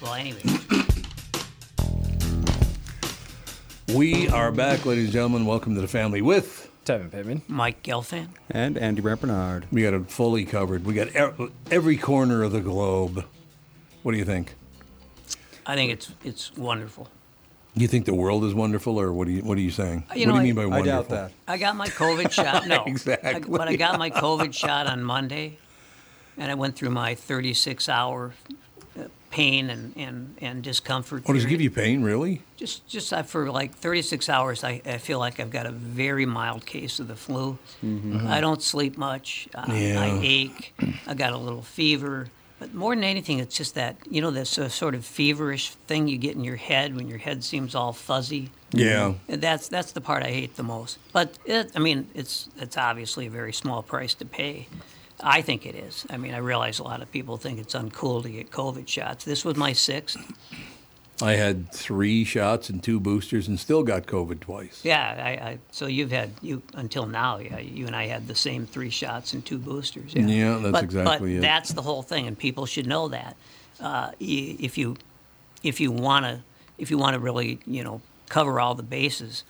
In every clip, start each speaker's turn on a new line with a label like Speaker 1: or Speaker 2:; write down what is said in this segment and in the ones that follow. Speaker 1: Well, anyway,
Speaker 2: We are back, ladies and gentlemen. Welcome to the family with.
Speaker 3: Tevin Pittman.
Speaker 1: Mike Gelfand.
Speaker 4: And Andy Brant Bernard.
Speaker 2: We got it fully covered. We got e- every corner of the globe. What do you think?
Speaker 1: I think it's it's wonderful.
Speaker 2: Do you think the world is wonderful, or what are you, what are you saying?
Speaker 1: Uh,
Speaker 2: what
Speaker 1: You know,
Speaker 2: do
Speaker 1: I-
Speaker 2: you mean by
Speaker 4: I
Speaker 2: wonderful?
Speaker 4: doubt that.
Speaker 1: I got my COVID shot. No, I-
Speaker 2: Exactly.
Speaker 1: but I got my COVID shot on Monday, and I went through my 36-hour uh, pain and, and, and discomfort.
Speaker 2: Oh, does it
Speaker 1: period.
Speaker 2: give you pain, really?
Speaker 1: Just just uh, for like 36 hours, I, I feel like I've got a very mild case of the flu. I don't sleep much. Uh,
Speaker 2: Mm-hmm. Yeah.
Speaker 1: I ache. I got a little fever. But more than anything, it's just that you know this uh, sort of feverish thing you get in your head when your head seems all fuzzy.
Speaker 2: Yeah.
Speaker 1: And That's that's the part I hate the most. But it, I mean, it's it's obviously a very small price to pay. I think it is. I mean, I realize a lot of people think it's uncool to get COVID shots. This was my sixth.
Speaker 2: I had three shots and two boosters and still got COVID twice.
Speaker 1: Yeah, I, I so you've had you until now. Yeah, you and I had the same three shots and two boosters. Yeah,
Speaker 2: Yeah, that's
Speaker 1: but,
Speaker 2: exactly
Speaker 1: but
Speaker 2: it.
Speaker 1: that's the whole thing, and people should know that. Uh, y- if you if you want to if you want to really you know cover all the bases,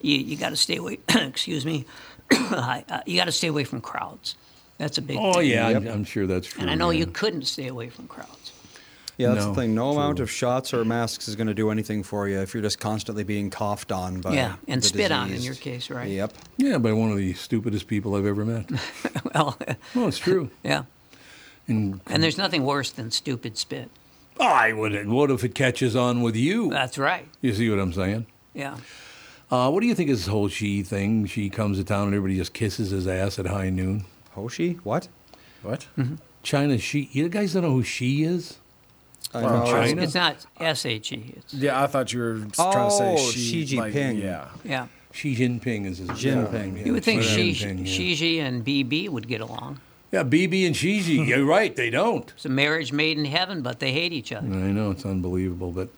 Speaker 1: you you got to stay away. excuse me, I- uh, you got to stay away from crowds. That's a big.
Speaker 2: Oh,
Speaker 1: thing.
Speaker 2: yeah, I'm, I'm sure that's true.
Speaker 1: and I know
Speaker 2: yeah.
Speaker 1: you couldn't stay away from crowds.
Speaker 4: Yeah, that's
Speaker 2: No,
Speaker 4: the thing. No amount of shots or masks is going to do anything for you if you're just constantly being coughed on by
Speaker 1: yeah, and
Speaker 4: the
Speaker 1: spit on in
Speaker 4: diseased.
Speaker 1: your case, right?
Speaker 4: Yep.
Speaker 2: Yeah, by one of the stupidest people I've ever met.
Speaker 1: Well,
Speaker 2: well, it's true.
Speaker 1: yeah,
Speaker 2: And
Speaker 1: and there's nothing worse than stupid spit.
Speaker 2: I would. What if it catches on with you?
Speaker 1: That's right.
Speaker 2: You see what I'm saying?
Speaker 1: Yeah.
Speaker 2: Uh, what do you think of this whole she thing? She comes to town and everybody just kisses his ass at high noon.
Speaker 4: Hoshi? What?
Speaker 3: What?
Speaker 1: Mm-hmm.
Speaker 2: China she. You guys don't know who she is?
Speaker 4: I
Speaker 3: Wow.
Speaker 4: know.
Speaker 2: China?
Speaker 1: It's not S H E. It's
Speaker 3: Yeah, I thought you were trying to say
Speaker 4: Oh,
Speaker 3: she,
Speaker 4: Xi
Speaker 3: like,
Speaker 4: Jinping.
Speaker 3: yeah.
Speaker 1: yeah.
Speaker 2: Xi Jinping is his
Speaker 4: Jinping.
Speaker 2: name, yeah.
Speaker 1: You would think
Speaker 2: Xi
Speaker 1: Xi,
Speaker 2: Jinping, yeah.
Speaker 1: Xi and BB would get along.
Speaker 2: Yeah, BB and Xi Xi. You're right. They don't.
Speaker 1: It's a marriage made in heaven, but they hate each other.
Speaker 2: I know it's unbelievable, but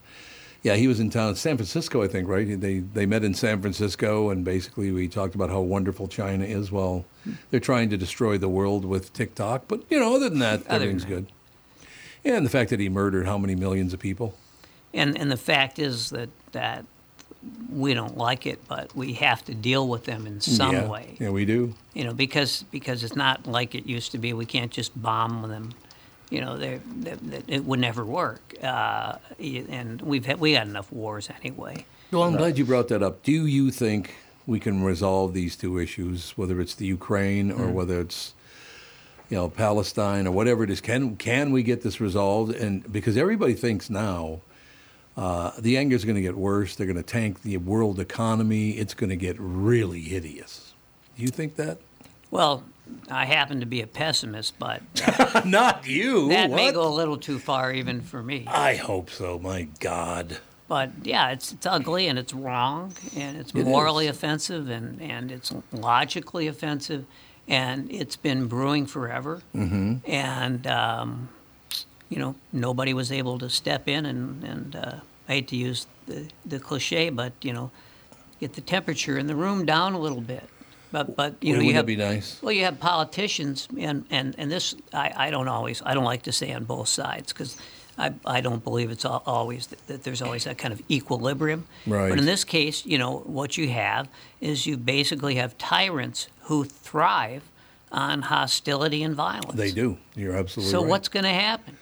Speaker 2: yeah, he was in town, San Francisco, I think, right? They they met in San Francisco, and basically we talked about how wonderful China is. Well, they're trying to destroy the world with TikTok, but you know, other than that,
Speaker 1: Other than
Speaker 2: everything's
Speaker 1: that.
Speaker 2: good. And the fact that he murdered how many millions of people?
Speaker 1: And and the fact is that that we don't like it, but we have to deal with them in some
Speaker 2: Mm, yeah.
Speaker 1: way.
Speaker 2: Yeah, we do.
Speaker 1: You know, because because it's not like it used to be. We can't just bomb them. You know, they they- it would never work. Uh, and we've had, we got enough wars anyway.
Speaker 2: Well, I'm glad you brought that up. Do you think we can resolve these two issues, whether it's the Ukraine
Speaker 1: Mm-hmm.
Speaker 2: or whether it's you know Palestine or whatever it is? Can can we get this resolved? And because everybody thinks now. Uh, the anger is going to get worse. They're going to tank the world economy. It's going to get really hideous. Do you think that?
Speaker 1: Well, I happen to be a pessimist, but
Speaker 2: Not you.
Speaker 1: that may
Speaker 2: What?
Speaker 1: go a little too far even for me.
Speaker 2: I hope so. My God.
Speaker 1: But yeah, it's, it's ugly and it's wrong and it's morally offensive and, and it's logically offensive and it's been brewing forever. Mm-hmm. And, um, you know, nobody was able to step in and, and uh, I hate to use the, the cliche, but, you know, get the temperature in the room down a little bit. But, but you know,
Speaker 2: Wouldn't
Speaker 1: you
Speaker 2: that
Speaker 1: have,
Speaker 2: be nice?
Speaker 1: well, you have politicians, and, and, and this, I, I don't always, I don't like to say on both sides because I, I don't believe it's al- always that, that there's always that kind of equilibrium.
Speaker 2: Right.
Speaker 1: But in this case, you know, what you have is you basically have tyrants who thrive on hostility and violence.
Speaker 2: They do. You're absolutely
Speaker 1: So
Speaker 2: right.
Speaker 1: what's going to happen?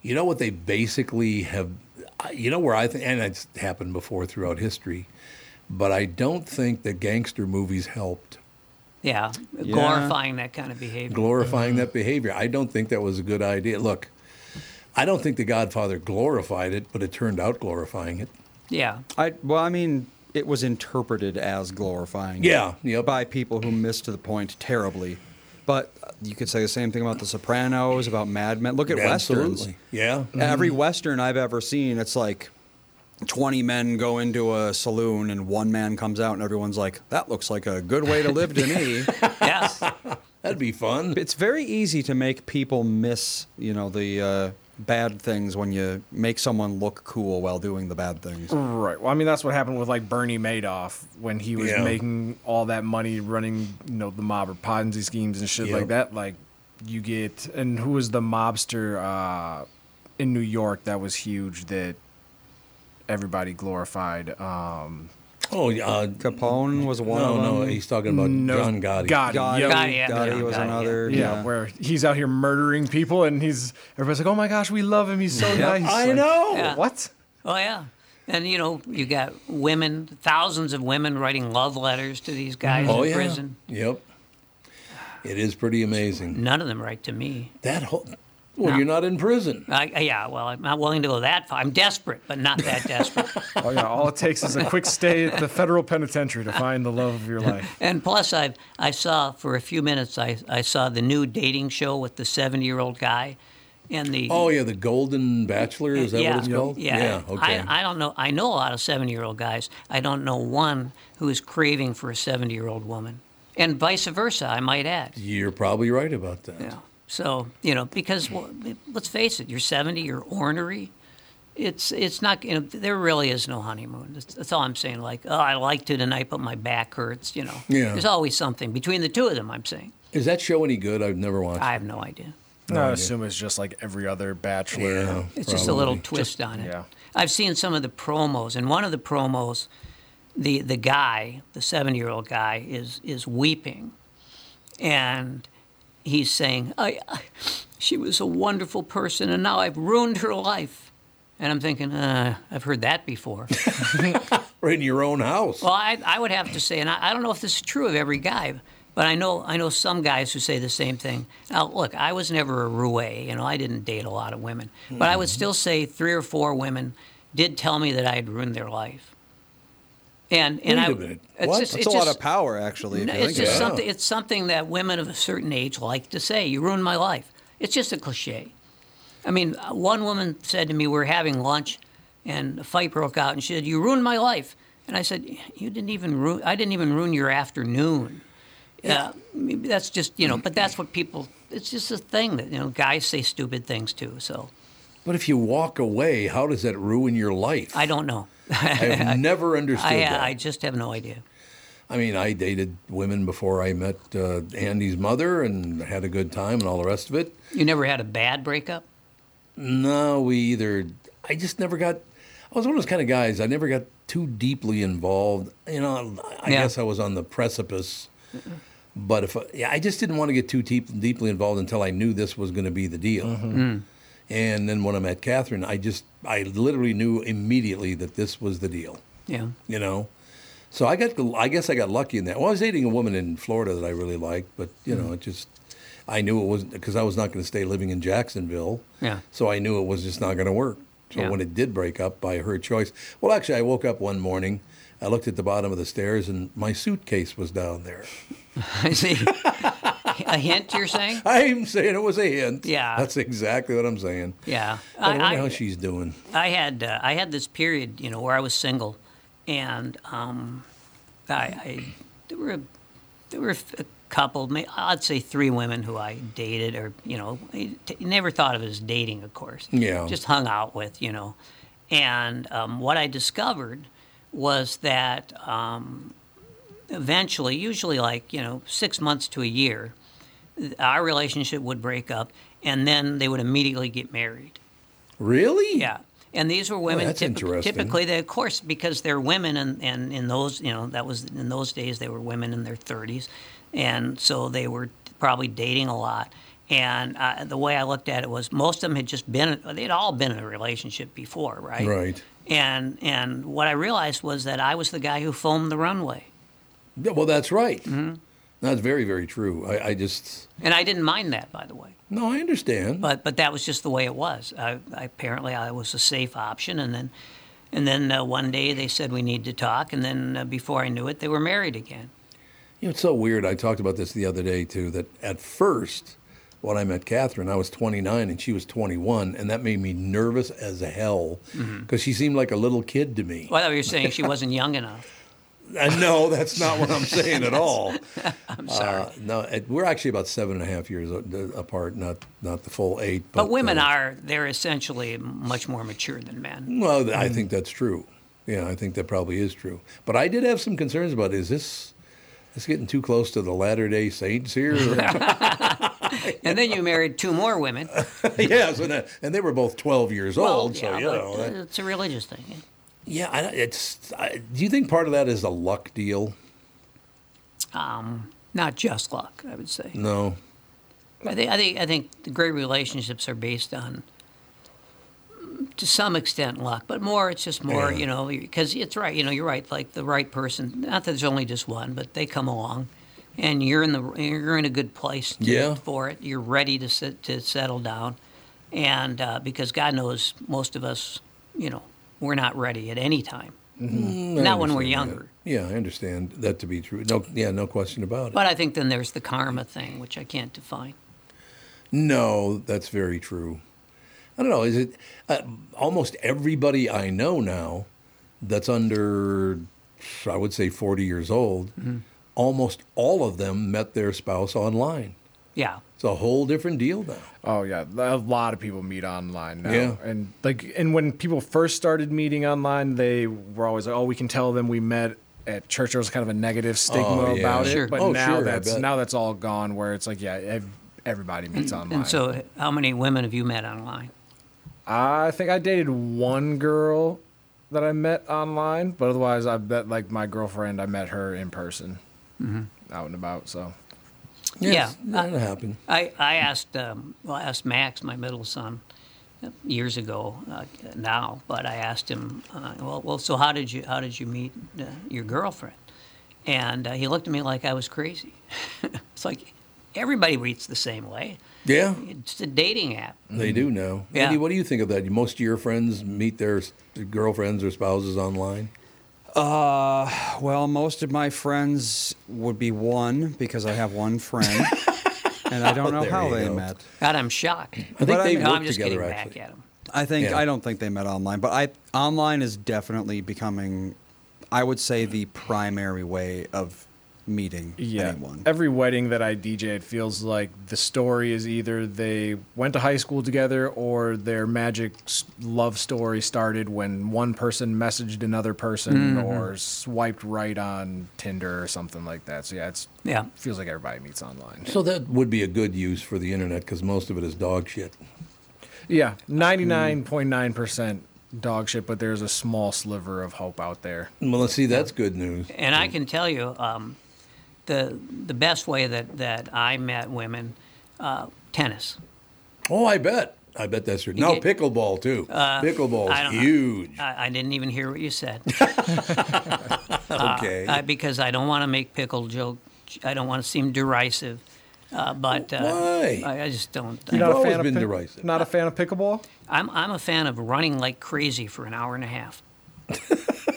Speaker 2: You know what they basically have. I- You know where I think, and it's happened before throughout history, but I don't think that gangster movies helped
Speaker 1: Yeah,
Speaker 4: Yeah.
Speaker 1: glorifying that kind of behavior.
Speaker 2: glorifying that behavior. I don't think that was a good idea. Look, I don't think The Godfather glorified it, but it turned out glorifying it.
Speaker 1: yeah,
Speaker 4: I well, I mean, it was interpreted as glorifying.
Speaker 2: Yeah,
Speaker 4: it
Speaker 2: yep.
Speaker 4: by people who missed the point terribly. But uh, you could say the same thing about The Sopranos, about Mad Men. Look at westerns.
Speaker 2: Absolutely. Yeah.
Speaker 3: Mm-hmm.
Speaker 2: Mm-hmm.
Speaker 4: Every
Speaker 1: Mm-hmm.
Speaker 4: western I've ever seen, it's like twenty men go into a saloon and one man comes out, and everyone's like, "That looks like a good way to live to me."
Speaker 1: yes,
Speaker 2: That'd be fun.
Speaker 4: it's very easy to make people miss, you know, the uh, bad things when you make someone look cool while doing the bad things.
Speaker 1: Mm-hmm.
Speaker 3: Right. Well, I mean, that's what happened with like Bernie Madoff when he was
Speaker 2: Yeah.
Speaker 3: making all that money running, you know, the mob or Ponzi schemes and shit
Speaker 2: Yep.
Speaker 3: like that. Like, you get and who was the mobster uh, in New York that was huge that everybody glorified? Um,
Speaker 2: Oh, uh,
Speaker 4: Capone was one of
Speaker 2: no,
Speaker 4: them.
Speaker 2: no. He's talking about
Speaker 3: no,
Speaker 2: John Gotti.
Speaker 3: Gotti.
Speaker 4: Gotti,
Speaker 3: yeah.
Speaker 1: Gotti, yeah.
Speaker 4: Gotti
Speaker 1: Yeah,
Speaker 4: was
Speaker 1: Gotti, yeah.
Speaker 4: another.
Speaker 3: Yeah,
Speaker 4: Yeah.
Speaker 3: where he's out here murdering people, and he's everybody's like, "Oh my gosh, we love him. He's so nice."
Speaker 2: I
Speaker 3: Like,
Speaker 2: know.
Speaker 1: Yeah.
Speaker 3: What?
Speaker 1: oh yeah. And you know, you got women, thousands of women writing love letters to these guys
Speaker 2: Oh,
Speaker 1: in
Speaker 2: yeah.
Speaker 1: prison.
Speaker 2: Yep. It is pretty amazing.
Speaker 1: None of them write to me.
Speaker 2: That whole. Well, you're not in prison.
Speaker 1: I, I- yeah, well, I'm not willing to go that far. I'm desperate, but not that desperate.
Speaker 3: Oh yeah, all it takes is a quick stay at the federal penitentiary to find the love of your life.
Speaker 1: and plus, I I saw for a few minutes. I, I saw the new dating show with the 70 year old guy, and the
Speaker 2: Oh yeah, the Golden Bachelor. Is that
Speaker 1: yeah,
Speaker 2: what it's called?
Speaker 1: Yeah.
Speaker 2: okay.
Speaker 1: I, I don't know. I know a lot of 70 year old guys. I don't know one who is craving for a 70 year old woman, and vice versa. I might add.
Speaker 2: you're probably right about that.
Speaker 1: Yeah. So you know, because well, let's face it, you're 70, you're ornery. It's it's not. You know, there really is no honeymoon. That's, that's all I'm saying. Like, oh, I like to tonight, but my back hurts. You know,
Speaker 2: Yeah.
Speaker 1: there's always something between the two of them. I'm saying,
Speaker 2: Is that show any good? I've never watched.
Speaker 1: I have no idea.
Speaker 3: No, I assume it's just like every other
Speaker 2: it.
Speaker 3: bachelor.
Speaker 2: Yeah,
Speaker 1: It's just a little
Speaker 2: probably.
Speaker 1: twist on it.
Speaker 3: yeah.
Speaker 1: I've seen some of the promos, and one of the promos, the the guy, the seventy year old guy, is is weeping, and he's saying, I, I, "She was a wonderful person, and now I've ruined her life." And I'm thinking, uh, I've heard that before.
Speaker 2: Or in your own house.
Speaker 1: well, I, I would have to say, and I, I don't know if this is true of every guy, but I know I know some guys who say the same thing. Now, look, I was never a roué. You know, I didn't date a lot of women, but I would still say three or four women did tell me that I had ruined their life. And and
Speaker 2: Wait
Speaker 1: I
Speaker 2: a minute.
Speaker 1: it's
Speaker 2: What?
Speaker 1: just-
Speaker 4: That's
Speaker 1: it's
Speaker 4: a lot
Speaker 1: just-
Speaker 4: of power, actually. If
Speaker 1: no,
Speaker 4: you
Speaker 1: it's
Speaker 4: think about
Speaker 1: just
Speaker 4: it.
Speaker 1: something. It's something that women of a certain age like to say. You ruined my life. It's just a cliche. I mean, uh, one woman said to me, we are having lunch, and a fight broke out, and she said, "You ruined my life." And I said, "You didn't even ruin. I didn't even ruin your afternoon." Yeah, maybe that's just you
Speaker 4: Mm.
Speaker 1: know. But that's what people. It's just a thing that you know. Guys say stupid things too. So
Speaker 2: But if you walk away, how does that ruin your life?
Speaker 1: I don't know. I,
Speaker 2: I've never understood that.
Speaker 1: I just have no idea.
Speaker 2: I mean, I dated women before I met uh, Andy's mother and had a good time and all the rest of it.
Speaker 1: You never had a bad breakup.
Speaker 2: No, we either. I just never got. I was one of those kind of guys. I never got too deeply involved. You know, I
Speaker 1: Yeah.
Speaker 2: guess I was on the precipice. But if I, yeah, I just didn't want to get too deep, deeply involved until I knew this was going to be the deal. And then when I met Catherine, I just I literally knew immediately that this was the deal.
Speaker 1: Yeah.
Speaker 2: you know. So I got, I guess I got lucky in that. Well, I was dating a woman in Florida that I really liked, but you
Speaker 1: Mm-hmm.
Speaker 2: know, it just, I knew it wasn't because I was not going to stay living in Jacksonville.
Speaker 1: Yeah.
Speaker 2: So I knew it was just not going to work. So
Speaker 1: Yeah.
Speaker 2: when it did break up by her choice, well, actually, I woke up one morning, I looked at the bottom of the stairs, and my suitcase was down there.
Speaker 1: I see. a hint, you're saying?
Speaker 2: I'm saying it was a hint.
Speaker 1: Yeah.
Speaker 2: That's exactly what I'm saying.
Speaker 1: Yeah.
Speaker 2: But I, wonder how she's doing.
Speaker 1: I had uh, I had this period, you know, where I was single, and um, I, I there were there were a couple, may- I'd say three women who I dated, or you know, I t- never thought of as dating, of course.
Speaker 2: Yeah.
Speaker 1: Just hung out with, you know, and um, what I discovered was that um, eventually, usually like you know, six months to a year, our relationship would break up, and then they would immediately get married.
Speaker 2: Really?
Speaker 1: Yeah. And these were women.
Speaker 2: Oh, that's
Speaker 1: typi-
Speaker 2: interesting.
Speaker 1: Typically, they, of course, because they're women, and, and in those, you know, that was in those days, they were women in their 30s, and so they were probably dating a lot. And uh, the way I looked at it was most of them had just been, they'd all been in a relationship before, right?
Speaker 2: Right.
Speaker 1: And, and what I realized was that I was the guy who filmed the runway.
Speaker 2: Yeah, well, that's right.
Speaker 1: Mm-hmm.
Speaker 2: That's very, very true. I, I just,
Speaker 1: And I didn't mind that, by the way.
Speaker 2: no, I understand.
Speaker 1: But, but that was just the way it was. I, I, apparently, I was a safe option. And then, and then uh, one day they said, we need to talk. And then uh, before I knew it, they were married again.
Speaker 2: You know, it's so weird. I talked about this the other day too. That at first, when I met Catherine, I was 29 and she was 21, and that made me nervous as hell because
Speaker 1: Mm-hmm.
Speaker 2: she seemed like a little kid to me.
Speaker 1: Well, I thought you were saying she wasn't young enough.
Speaker 2: And no, that's not what I'm saying at all. I'm sorry. no, it, we're actually about seven and a half years a- apart, not not the full eight.
Speaker 1: But women
Speaker 2: uh,
Speaker 1: are, they're essentially much more mature than men.
Speaker 2: Well, th- I
Speaker 1: Mm-hmm.
Speaker 2: think that's true. Yeah, I think that probably is true. But I did have some concerns about is this this getting too close to the Latter Day Saints here?
Speaker 1: And then you married two more women. Oh,
Speaker 2: yes, and, uh, and they were both 12 years old, so you
Speaker 1: but
Speaker 2: know. that-
Speaker 1: it's a religious thing.
Speaker 2: Yeah, I, it's. I, do you think part of that is a luck deal?
Speaker 1: Not just luck, I would say.
Speaker 2: No.
Speaker 1: I think I think I think the great relationships are based on to some extent luck, but more it's just more
Speaker 2: Yeah.
Speaker 1: you know because it's right you know you're right like the right person. Not that there's only just one, but they come along, and you're in the you're in a good place to-
Speaker 2: Yeah.
Speaker 1: for it. You're ready to sit, to settle down, and uh, because God knows most of us you know we're not ready at any time, not when
Speaker 2: Mm-hmm. understand
Speaker 1: we're
Speaker 2: that.
Speaker 1: younger.
Speaker 2: Yeah, I understand that to be true. No, yeah, no question about it.
Speaker 1: But I think then there's the karma thing, which I can't define.
Speaker 2: no, that's very true. I don't know. Is it uh, almost everybody I know now that's under, I would say, forty years old?
Speaker 1: Mm-hmm.
Speaker 2: Almost all of them met their spouse online.
Speaker 1: Yeah.
Speaker 2: It's a whole different deal now.
Speaker 3: Oh yeah, a lot of people meet online now.
Speaker 2: Yeah.
Speaker 3: And like and when people first started meeting online, they were always like, "Oh, we can tell them we met at church." There was kind of a negative stigma
Speaker 2: Oh, yeah.
Speaker 3: about
Speaker 1: Sure.
Speaker 3: it, but
Speaker 2: Oh,
Speaker 3: now
Speaker 2: sure, I
Speaker 3: that's
Speaker 2: bet.
Speaker 3: now that's all gone where it's like, yeah, ev- everybody meets online.
Speaker 1: And so, how many women have you met online?
Speaker 3: I think I dated one girl that I met online, but otherwise I bet like my girlfriend, I met her in person.
Speaker 1: Mm-hmm.
Speaker 3: Out and about, so
Speaker 2: Yes,
Speaker 1: Yeah.
Speaker 2: that'll happen.
Speaker 1: I, I asked um, well, I asked Max, my middle son, years ago uh, now, but I asked him, uh, well, well, so how did you how did you meet uh, your girlfriend? And uh, he looked at me like I was crazy. it's like everybody reads the same way.
Speaker 2: Yeah,
Speaker 1: It's a dating app.
Speaker 2: They do now.
Speaker 1: Mm-hmm. Yeah.
Speaker 2: Andy, what do you think of that? Most of your friends meet their s- girlfriends or spouses online.
Speaker 4: Well, most of my friends would be one because I have one friend, and I don't know
Speaker 2: There
Speaker 4: how
Speaker 2: you
Speaker 4: they
Speaker 2: go.
Speaker 4: met.
Speaker 1: God, I'm shocked.
Speaker 2: I think
Speaker 4: I
Speaker 2: they
Speaker 4: mean-
Speaker 1: no,
Speaker 2: work
Speaker 1: I'm just
Speaker 2: together
Speaker 1: getting
Speaker 2: actually.
Speaker 1: back at him.
Speaker 4: I think
Speaker 2: Yeah.
Speaker 4: I don't think they met online, but I online is definitely becoming, I would say, the primary way of meeting
Speaker 3: yeah.
Speaker 4: anyone.
Speaker 3: Every wedding that I DJ, it feels like the story is either they went to high school together or their magic s- love story started when one person messaged another person or swiped right on Tinder or something like that. So yeah, it's
Speaker 1: Yeah.
Speaker 3: feels like everybody meets online.
Speaker 2: So that would be a good use for the internet because most of it is dog shit.
Speaker 3: Yeah, ninety nine point nine percent dog shit, but there's a small sliver of hope out there.
Speaker 2: Well, let's see. That's good news.
Speaker 1: And I can tell you, um, the the best way that, that I met women, uh, tennis.
Speaker 2: Oh, I bet. I bet that's true. No,
Speaker 1: get- Uh,
Speaker 2: pickleball too.
Speaker 1: I
Speaker 2: Pickleball's
Speaker 1: don't-
Speaker 2: huge.
Speaker 1: I, I didn't even hear what you said
Speaker 2: okay.
Speaker 1: uh, because I don't want to make pickle joke. I don't want to seem derisive, uh, but uh,
Speaker 2: Why?
Speaker 1: I, I just don't.
Speaker 2: You're
Speaker 3: Not
Speaker 2: not-
Speaker 3: a
Speaker 2: Always
Speaker 3: fan of
Speaker 2: been
Speaker 3: pic-
Speaker 2: derisive.
Speaker 3: Not a fan of pickleball.
Speaker 1: I'm I'm a fan of running like crazy for an hour and a half,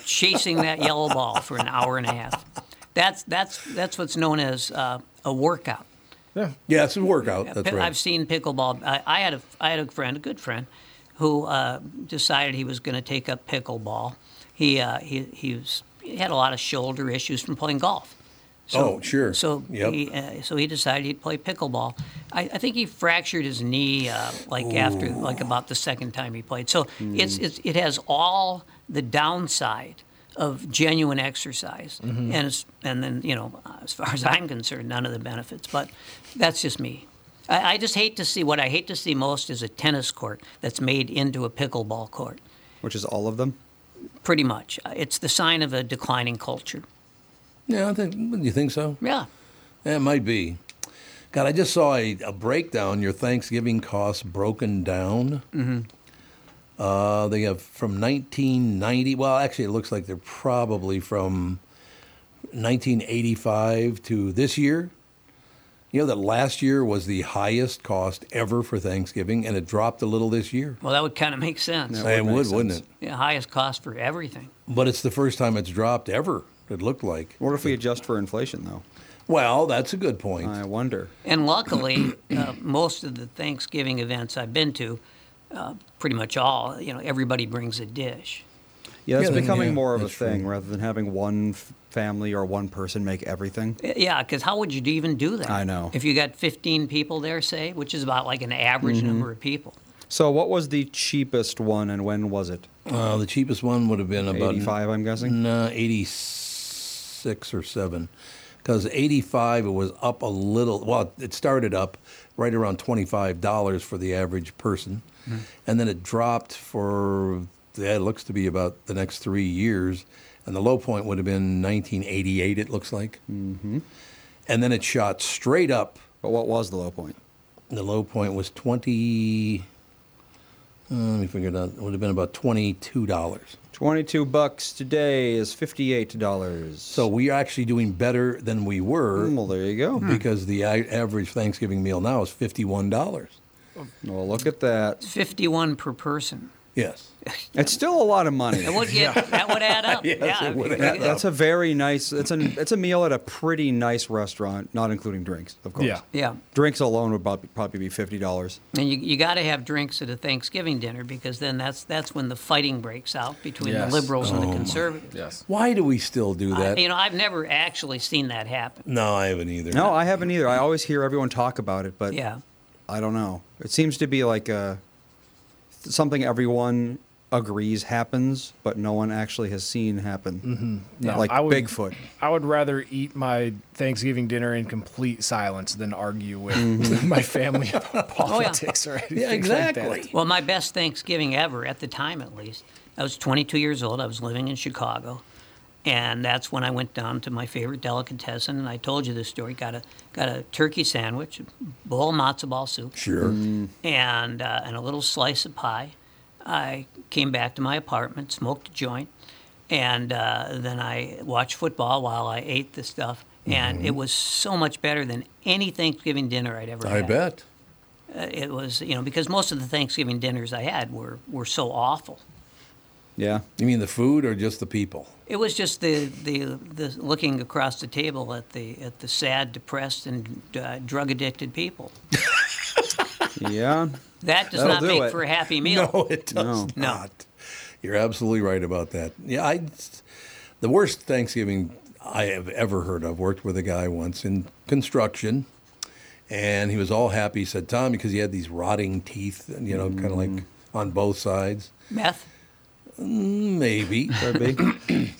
Speaker 1: chasing that yellow ball for an hour and a half. That's that's that's what's known as uh, a workout.
Speaker 2: yeah, it's a workout. That's
Speaker 1: Pi-
Speaker 2: right.
Speaker 1: I've seen pickleball. I, I had a I had a friend, a good friend, who uh, decided he was going to take up pickleball. He uh, he he, was, he had a lot of shoulder issues from playing golf.
Speaker 2: oh, sure.
Speaker 1: So
Speaker 2: yep.
Speaker 1: he uh, so he decided he'd play pickleball. I, I think he fractured his knee uh, like after like about the second time he played. So it's, it's it has all the downside of genuine exercise, and it's, and then you know as far as I'm concerned, none of the benefits. But that's just me. I, I just hate to see what I hate to see most is a tennis court that's made into a pickleball court.
Speaker 4: which is all of them.
Speaker 1: Pretty much, Uh, it's the sign of a declining culture.
Speaker 2: yeah, I think. You think so?
Speaker 1: Yeah.
Speaker 2: Yeah, it might be. God, I just saw a, a breakdown. Your Thanksgiving costs broken down.
Speaker 4: Mm-hmm.
Speaker 2: Uh, they have from 1990. Well, actually, it looks like they're probably from 1985 to this year. You know that last year was the highest cost ever for Thanksgiving, and it dropped a little this year.
Speaker 1: Well, that would kind of make sense.
Speaker 2: it
Speaker 4: make
Speaker 2: would, wouldn't
Speaker 4: sense.
Speaker 2: it?
Speaker 1: Yeah, highest cost for everything.
Speaker 2: But it's the first time it's dropped ever. It looked like.
Speaker 4: What if we adjust for inflation, though?
Speaker 2: Well, that's a good point.
Speaker 4: I wonder.
Speaker 1: And luckily, uh, most of the Thanksgiving events I've been to, uh, pretty much all, you know, everybody brings a dish.
Speaker 4: Yeah, it's
Speaker 2: Yeah, then,
Speaker 4: becoming
Speaker 2: yeah,
Speaker 4: more of a
Speaker 2: that's true.
Speaker 4: thing rather than having one f- family or one person make everything.
Speaker 1: Y- Yeah, because how would you even do that?
Speaker 4: I know.
Speaker 1: If you got 15 people there, say, which is about like an average number of people.
Speaker 4: So, what was the cheapest one and when was it?
Speaker 2: Uh, the cheapest one would have been about
Speaker 4: 85, I'm guessing.
Speaker 2: No, 86 or 7. Because 85, it was up a little. Well, it started up right around $25 for the average person.
Speaker 4: Mm-hmm.
Speaker 2: And then it dropped for, yeah, it looks to be about the next three years. And the low point would have been 1988, it looks like. Mm-hmm. And then it shot straight up.
Speaker 4: But what was the low point?
Speaker 2: The low point was 20. uh, let me figure it out. It would have been about $22.
Speaker 4: 22 bucks today is $58.
Speaker 2: So we are actually doing better than we were
Speaker 4: well, there you go.
Speaker 2: because the a- average Thanksgiving meal now is fifty-one dollars.
Speaker 4: Well, look at that.
Speaker 1: 51 per person.
Speaker 2: Yes,
Speaker 4: It's still a lot of money.
Speaker 1: That would get, that would add up. yeah,
Speaker 2: it would
Speaker 1: if-
Speaker 2: add
Speaker 4: That- that's a very nice. It's an it's a meal at a pretty nice restaurant, not including drinks, of course.
Speaker 3: Yeah.
Speaker 1: yeah.
Speaker 4: Drinks alone would prob- probably be fifty dollars.
Speaker 1: And you, you got to have drinks at a Thanksgiving dinner because then that's that's when the fighting breaks out between
Speaker 3: Yes.
Speaker 1: the liberals and the conservatives.
Speaker 3: Yes.
Speaker 2: why do we still do
Speaker 1: I-
Speaker 2: that?
Speaker 1: you know, I've never actually seen that happen.
Speaker 2: no, I haven't either.
Speaker 4: No, I haven't either. I always hear everyone talk about it, but
Speaker 1: Yeah.
Speaker 4: I don't know. It seems to be like a, something everyone agrees happens, but no one actually has seen happen. Mm-hmm.
Speaker 3: No,
Speaker 4: like
Speaker 3: I would-
Speaker 4: Bigfoot.
Speaker 3: I would rather eat my Thanksgiving dinner in complete silence than argue with my family about politics or
Speaker 2: Mm-hmm.
Speaker 3: anything
Speaker 2: Oh, yeah,
Speaker 3: like that.
Speaker 2: exactly.
Speaker 1: Well, my best Thanksgiving ever, at the time at least, I was 22 years old. I was living in Chicago. And that's when I went down to my favorite delicatessen. And I told you this story. Got a, got a turkey sandwich, a bowl of matzo ball soup,
Speaker 2: Sure.
Speaker 1: and, uh, and a little slice of pie. I came back to my apartment, smoked a joint, and uh, then I watched football while I ate the stuff. And
Speaker 2: Mm-hmm.
Speaker 1: it was so much better than any Thanksgiving dinner I'd ever
Speaker 2: I
Speaker 1: had
Speaker 2: bet.
Speaker 1: it was you know because most of the Thanksgiving dinners I had were were so awful.
Speaker 4: Yeah.
Speaker 2: You mean the food or just the people?
Speaker 1: It was just the the, the looking across the table at the at the sad, depressed, and uh, drug addicted people.
Speaker 4: Yeah.
Speaker 1: That does
Speaker 4: That'll
Speaker 1: not
Speaker 4: do
Speaker 1: make
Speaker 4: it.
Speaker 1: for a happy meal.
Speaker 2: No, it does
Speaker 4: No.
Speaker 1: No.
Speaker 2: not. You're absolutely right about that. Yeah, I, the worst Thanksgiving I have ever heard of. Worked with a guy once in construction, and he was all happy. He said, "Tom," because he had these rotting teeth, and you know, kind of like on both sides,
Speaker 1: Meth.
Speaker 2: maybe.
Speaker 4: Could be.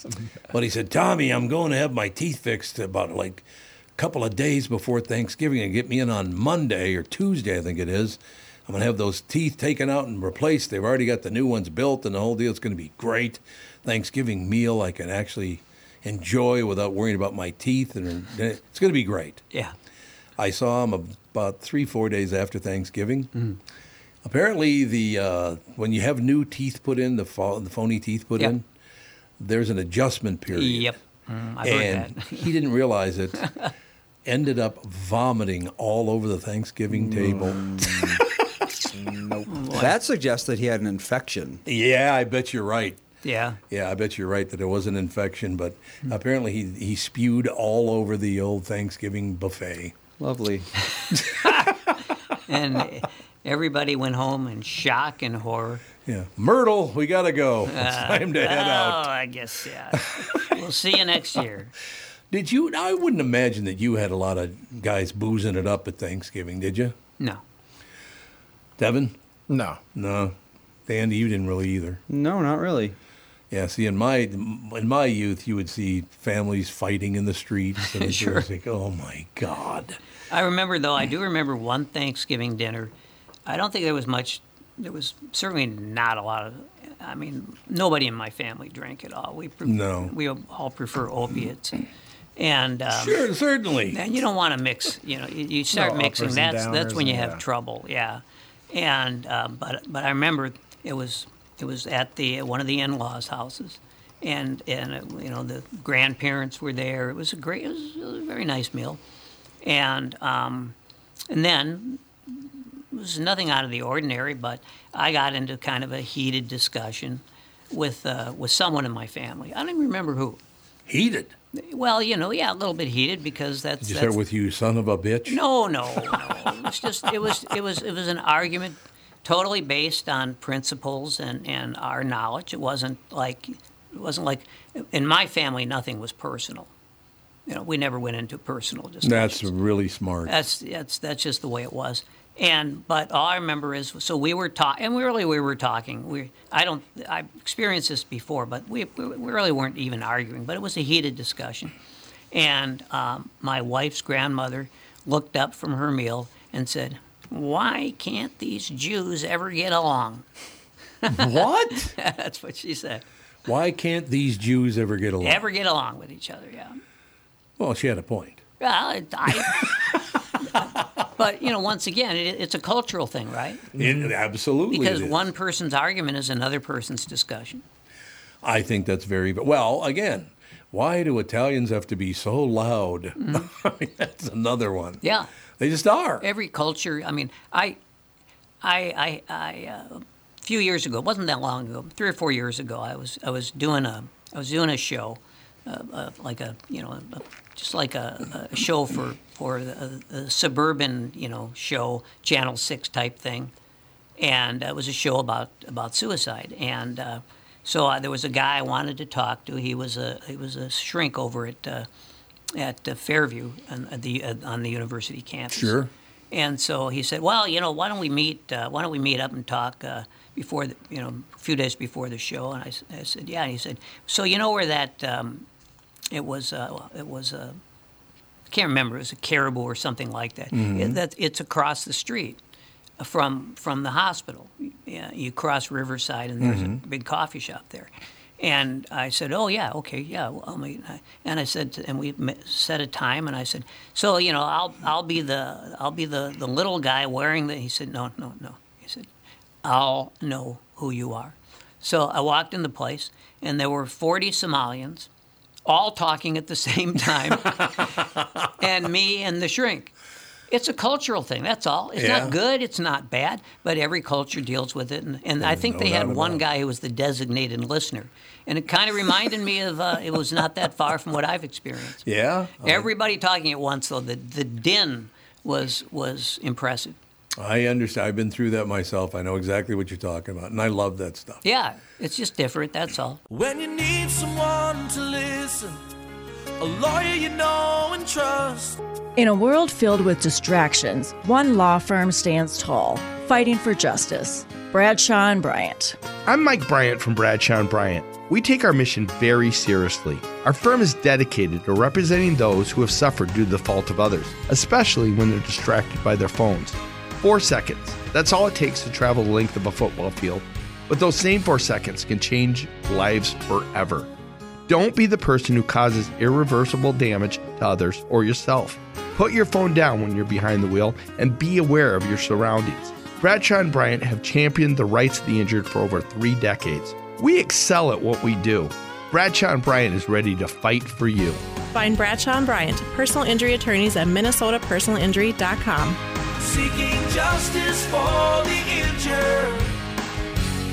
Speaker 2: But he said, Tommy, I'm going to have my teeth fixed about like a couple of days before Thanksgiving and get me in on Monday or Tuesday, I think it is. I'm going to have those teeth taken out and replaced. They've already got the new ones built and the whole deal. It's going to be great. Thanksgiving meal I can actually enjoy without worrying about my teeth. And it's going to be great.
Speaker 1: Yeah.
Speaker 2: I saw him about three, four days after Thanksgiving.
Speaker 1: Hmm.
Speaker 2: Apparently, the uh, when you have new teeth put in, the, fo- the phony teeth put
Speaker 1: Yep.
Speaker 2: in, there's an adjustment period.
Speaker 1: Yep. Mm, I've heard
Speaker 2: and
Speaker 1: that.
Speaker 2: he didn't realize it. Ended up vomiting all over the
Speaker 1: Mm.
Speaker 2: Thanksgiving table.
Speaker 4: that suggests that he had an infection.
Speaker 2: Yeah, I bet you're right.
Speaker 1: Yeah.
Speaker 2: Yeah, I bet you're right that it was an infection, but
Speaker 1: Hmm.
Speaker 2: apparently he, he spewed all over the old Thanksgiving buffet.
Speaker 4: Lovely.
Speaker 1: And everybody went home in shock and horror.
Speaker 2: Yeah. Myrtle, we got to go. it's time to head out.
Speaker 1: Oh, I guess yeah. we'll see you next year.
Speaker 2: Did you? I wouldn't imagine that you had a lot of guys boozing it up at Thanksgiving, did you?
Speaker 1: No.
Speaker 2: Devin?
Speaker 3: No.
Speaker 2: No. Andy, you didn't really either.
Speaker 4: No, not really.
Speaker 2: Yeah, see, in my in my youth, you would see families fighting in the streets, and it was like, oh my god.
Speaker 1: I remember though. I do remember one Thanksgiving dinner. I don't think there was much. There was certainly not a lot of. I mean, nobody in my family drank at all. We pre-
Speaker 2: No.
Speaker 1: We all prefer opiates, And um,
Speaker 2: Sure, certainly.
Speaker 1: and you don't want to mix. You know, you, you start
Speaker 3: uppers
Speaker 1: mixing.
Speaker 3: and
Speaker 1: That's that's
Speaker 3: downers
Speaker 1: when you
Speaker 3: and,
Speaker 1: have
Speaker 3: yeah.
Speaker 1: trouble. Yeah, and um, but but I remember it was it was at the one of the in-laws' houses, and and uh, you know the grandparents were there. It was a great, it was, it was a very nice meal, and um, and then it was nothing out of the ordinary. But I got into kind of a heated discussion with uh, with someone in my family. I don't even remember who.
Speaker 2: Heated.
Speaker 1: Well, you know, yeah, a little bit heated because that's
Speaker 2: Did you
Speaker 1: that's
Speaker 2: start with you, son of a bitch?
Speaker 1: no, no, no. It was just it was it was it was an argument totally based on principles and and our knowledge. It wasn't like it wasn't like in my family nothing was personal. You know, we never went into personal discussions.
Speaker 2: That's really smart.
Speaker 1: That's that's that's just the way it was. And but all I remember is so we were talking, and really we were talking. We I don't I experienced this before, but we we really weren't even arguing. But it was a heated discussion, and um, my wife's grandmother looked up from her meal and said, "Why can't these Jews ever get along?"
Speaker 2: what?
Speaker 1: that's what she said.
Speaker 2: Why can't these Jews ever get along?
Speaker 1: Ever get along with each other? Yeah.
Speaker 2: Well, she had a point.
Speaker 1: Well, it, I. but you know, once again, it, it's a cultural thing, right?
Speaker 2: It, absolutely. it
Speaker 1: Mm-hmm. Because
Speaker 2: is.
Speaker 1: one person's argument is another person's discussion.
Speaker 2: I think that's very well. Again, why do Italians have to be so loud? I mean, that's another one.
Speaker 1: Mm-hmm. Yeah.
Speaker 2: they just are.
Speaker 1: Every culture. I mean, I, I, I, I uh, a few years ago, it wasn't that long ago, three or four years ago, I was I was doing a I was doing a show, uh, uh, like a you know, a, just like a, a show for for the, the suburban you know show Channel Six type thing. and uh, it was a show about about suicide. And uh, so uh, there was a guy I wanted to talk to. He was a he was a shrink over at uh, at uh, Fairview on at the uh, on the university campus.
Speaker 2: Sure.
Speaker 1: And so he said, "Well, you know, why don't we meet? Uh, why don't we meet up and talk uh, before the, you know a few days before the show?" And I, s- I said, "Yeah." And he said, "So you know where that um, it was? Uh, it was uh, I can't remember. It was a caribou or something like that. It- that it's across the street from from the hospital. Yeah, you cross Riverside, and there's a big coffee shop there. And I said, "Oh yeah, okay, yeah." Well, I mean, I, and I said, to- and we m- set a time, and I said, "So you know, I'll I'll be the I'll be the the little guy wearing the." He said, "No, no, no." He said, "I'll know who you are." So I walked in the place, and there were forty Somalians, all talking at the same time, and me and the shrink. It's a cultural thing. That's all. It's
Speaker 2: Yeah.
Speaker 1: not good. It's not bad. But every culture deals with it. And, and I think
Speaker 2: no
Speaker 1: they
Speaker 2: doubt
Speaker 1: had one
Speaker 2: about it.
Speaker 1: guy who was the designated listener, and it kind of reminded me of uh, it was not that far from what I've experienced.
Speaker 2: Yeah,
Speaker 1: Everybody talking at once, though the the din was was impressive.
Speaker 2: I understand. I've been through that myself. I know exactly what you're talking about, and I love that stuff.
Speaker 1: Yeah, it's just different. That's all.
Speaker 5: When you need someone to listen, a lawyer you know and trust.
Speaker 6: In a world filled with distractions, one law firm stands tall, fighting for justice. Bradshaw and Bryant.
Speaker 7: I'm Mike Bryant from Bradshaw and Bryant. We take our mission very seriously. Our firm is dedicated to representing those who have suffered due to the fault of others, especially when they're distracted by their phones. Four seconds. That's all it takes to travel the length of a football field. But those same four seconds can change lives forever. Don't be the person who causes irreversible damage to others or yourself. Put your phone down when you're behind the wheel and be aware of your surroundings. Bradshaw and Bryant have championed the rights of the injured for over three decades. We excel at what we do. Bradshaw and Bryant is ready to fight for you.
Speaker 8: Find Bradshaw and Bryant, personal injury attorneys at minnesotapersonalinjury.com.
Speaker 5: Seeking justice for the injured.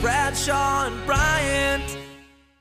Speaker 5: Bradshaw and Bryant.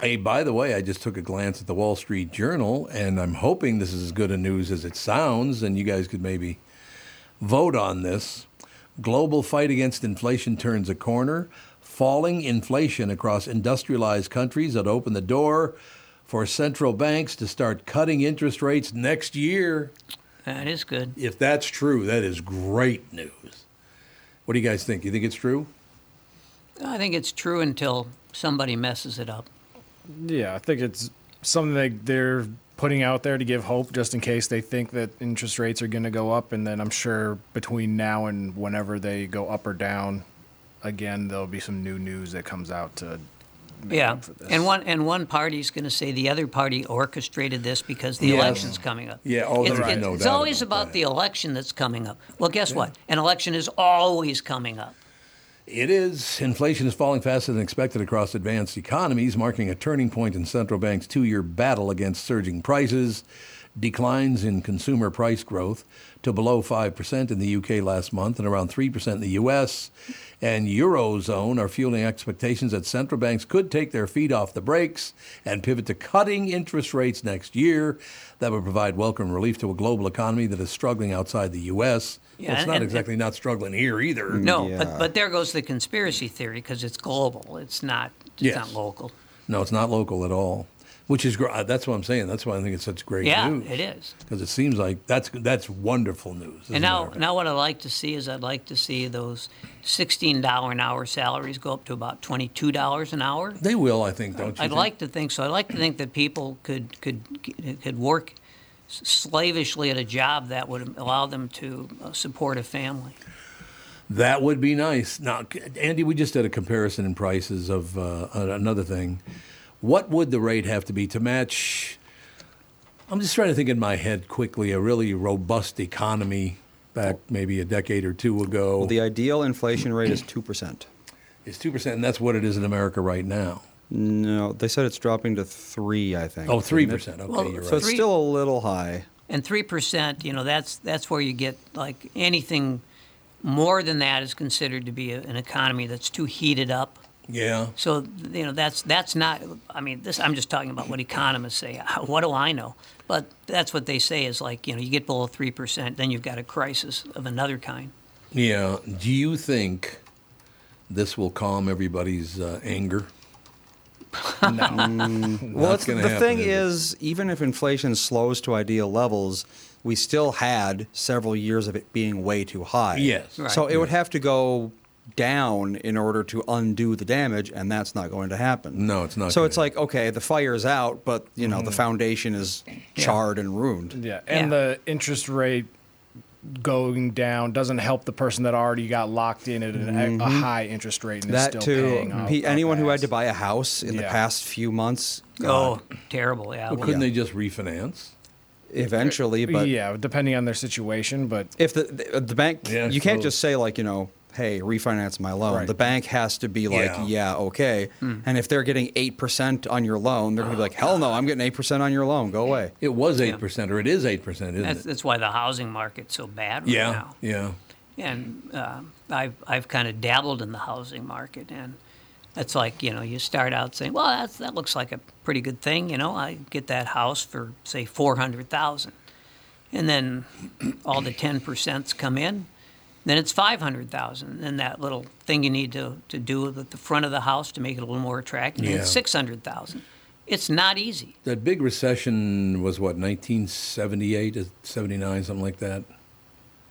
Speaker 2: Hey, by the way, I just took a glance at the Wall Street Journal, and I'm hoping this is as good a news as it sounds, and you guys could maybe vote on this. Global fight against inflation turns a corner. Falling inflation across industrialized countries that open the door for central banks to start cutting interest rates next year.
Speaker 1: That is good.
Speaker 2: If that's true, that is great news. What do you guys think? You think it's true?
Speaker 1: I think it's true until somebody messes it up.
Speaker 3: Yeah, I think it's something that they're putting out there to give hope just in case they think that interest rates are going to go up. And then I'm sure between now and whenever they go up or down again, there'll be some new news that comes out to. make
Speaker 1: Yeah,
Speaker 3: up for this.
Speaker 1: and one and one party's going to say the other party orchestrated this because the
Speaker 2: Yeah.
Speaker 1: election's coming up.
Speaker 2: Yeah, oh,
Speaker 1: it's,
Speaker 2: there's
Speaker 1: it's,
Speaker 2: no
Speaker 1: it's
Speaker 2: doubt
Speaker 1: always
Speaker 2: about
Speaker 1: about,
Speaker 2: that.
Speaker 1: the election that's coming up. Well, guess what? An election is always coming up.
Speaker 2: It is. Inflation is falling faster than expected across advanced economies, marking a turning point in central banks' two year battle against surging prices. Declines in consumer price growth to below 5% in the UK last month and around 3% in the US and Eurozone are fueling expectations that central banks could take their feet off the brakes and pivot to cutting interest rates next year. That would provide welcome relief to a global economy that is struggling outside the US.
Speaker 1: Yeah,
Speaker 2: well, it's
Speaker 1: and-
Speaker 2: not
Speaker 1: and-
Speaker 2: exactly not struggling here either.
Speaker 1: No, but but there goes the conspiracy theory because it's global. It's not. It's
Speaker 2: Yes.
Speaker 1: not local.
Speaker 2: No, it's not local at all, which is gr- uh, that's what I'm saying. That's why I think it's such great
Speaker 1: yeah,
Speaker 2: news.
Speaker 1: it is.
Speaker 2: because it seems like that's that's wonderful news.
Speaker 1: And now, now what I'd like to see is I'd like to see those sixteen dollar an hour salaries go up to about twenty two dollars an hour.
Speaker 2: they will, I think, don't you?
Speaker 1: I'd
Speaker 2: think?
Speaker 1: like to think so. I'd like to think that people could could could work slavishly at a job that would allow them to uh, support a family.
Speaker 2: that would be nice. Now, c- Andy, we just did a comparison in prices of uh, a- another thing. What would the rate have to be to match? I'm just trying to think in my head quickly. A really robust economy back maybe a decade or two ago.
Speaker 4: Well, the ideal inflation rate is 2%.
Speaker 2: It's two percent, and that's what it is in America right now.
Speaker 4: No, they said it's dropping to 3, I think.
Speaker 2: Oh,
Speaker 4: isn't it?
Speaker 2: 3%. Okay,
Speaker 1: Well, you're
Speaker 4: So
Speaker 1: right.
Speaker 4: it's
Speaker 1: three-
Speaker 4: still a little high.
Speaker 1: And three percent, you know, that's that's where you get like anything more than that is considered to be a, an economy that's too heated up.
Speaker 2: Yeah.
Speaker 1: So you know that's that's not. I mean, this I'm just talking about what economists say. What do I know? But that's what they say is like you know you get below three percent, then you've got a crisis of another kind.
Speaker 2: Yeah. Do you think this will calm everybody's uh, anger?
Speaker 4: Well,
Speaker 2: That's
Speaker 4: it's,
Speaker 2: gonna
Speaker 4: the
Speaker 2: happen,
Speaker 4: thing
Speaker 2: isn't it?
Speaker 4: is, even if inflation slows to ideal levels, we still had several years of it being way too high.
Speaker 2: Yes.
Speaker 1: Right.
Speaker 4: So it would have to go down in order to undo the damage, and that's not going to happen.
Speaker 2: No, it's not
Speaker 4: So
Speaker 2: gonna Mm.
Speaker 4: it's like, okay, the fire's out, but you know the foundation is charred and ruined.
Speaker 3: Yeah, and
Speaker 1: Yeah.
Speaker 3: the interest rate going down doesn't help the person that already got locked in at an, e-, a high interest rate and
Speaker 4: Mm-hmm. That
Speaker 3: is still
Speaker 4: too.
Speaker 3: paying off.
Speaker 4: pe- anyone who had to
Speaker 3: buy.
Speaker 4: buy a house in the
Speaker 3: Yeah.
Speaker 4: past few months,
Speaker 1: Oh, terrible! Yeah.
Speaker 2: Well,
Speaker 1: well,
Speaker 2: couldn't they just refinance?
Speaker 4: eventually, but
Speaker 3: yeah, depending on their situation, but
Speaker 4: if the the, uh, the bank
Speaker 2: Yeah,
Speaker 4: you can't
Speaker 2: so-
Speaker 4: just say like you know hey refinance my loan
Speaker 3: Right.
Speaker 4: the bank has to be like
Speaker 2: Yeah.
Speaker 4: yeah, okay and if they're getting 8% on your loan they're going to be like hell no i'm getting 8% on your loan go away
Speaker 2: It was eight percent, or it is eight percent, isn't
Speaker 1: That's,
Speaker 2: it?
Speaker 1: that's why the housing market's so bad right
Speaker 2: Yeah.
Speaker 1: now.
Speaker 2: Yeah.
Speaker 1: And uh, I've I've kind of dabbled in the housing market, and it's like you know you start out saying, well, that's, that looks like a pretty good thing, you know, I get that house for say four hundred thousand, and then all the ten percents come in, then it's five hundred thousand, and that little thing you need to to do with the front of the house to make it a little more attractive, then it's
Speaker 2: Yeah.
Speaker 1: six hundred thousand. It's not easy.
Speaker 2: That big recession was what 1978 to 79, something like that.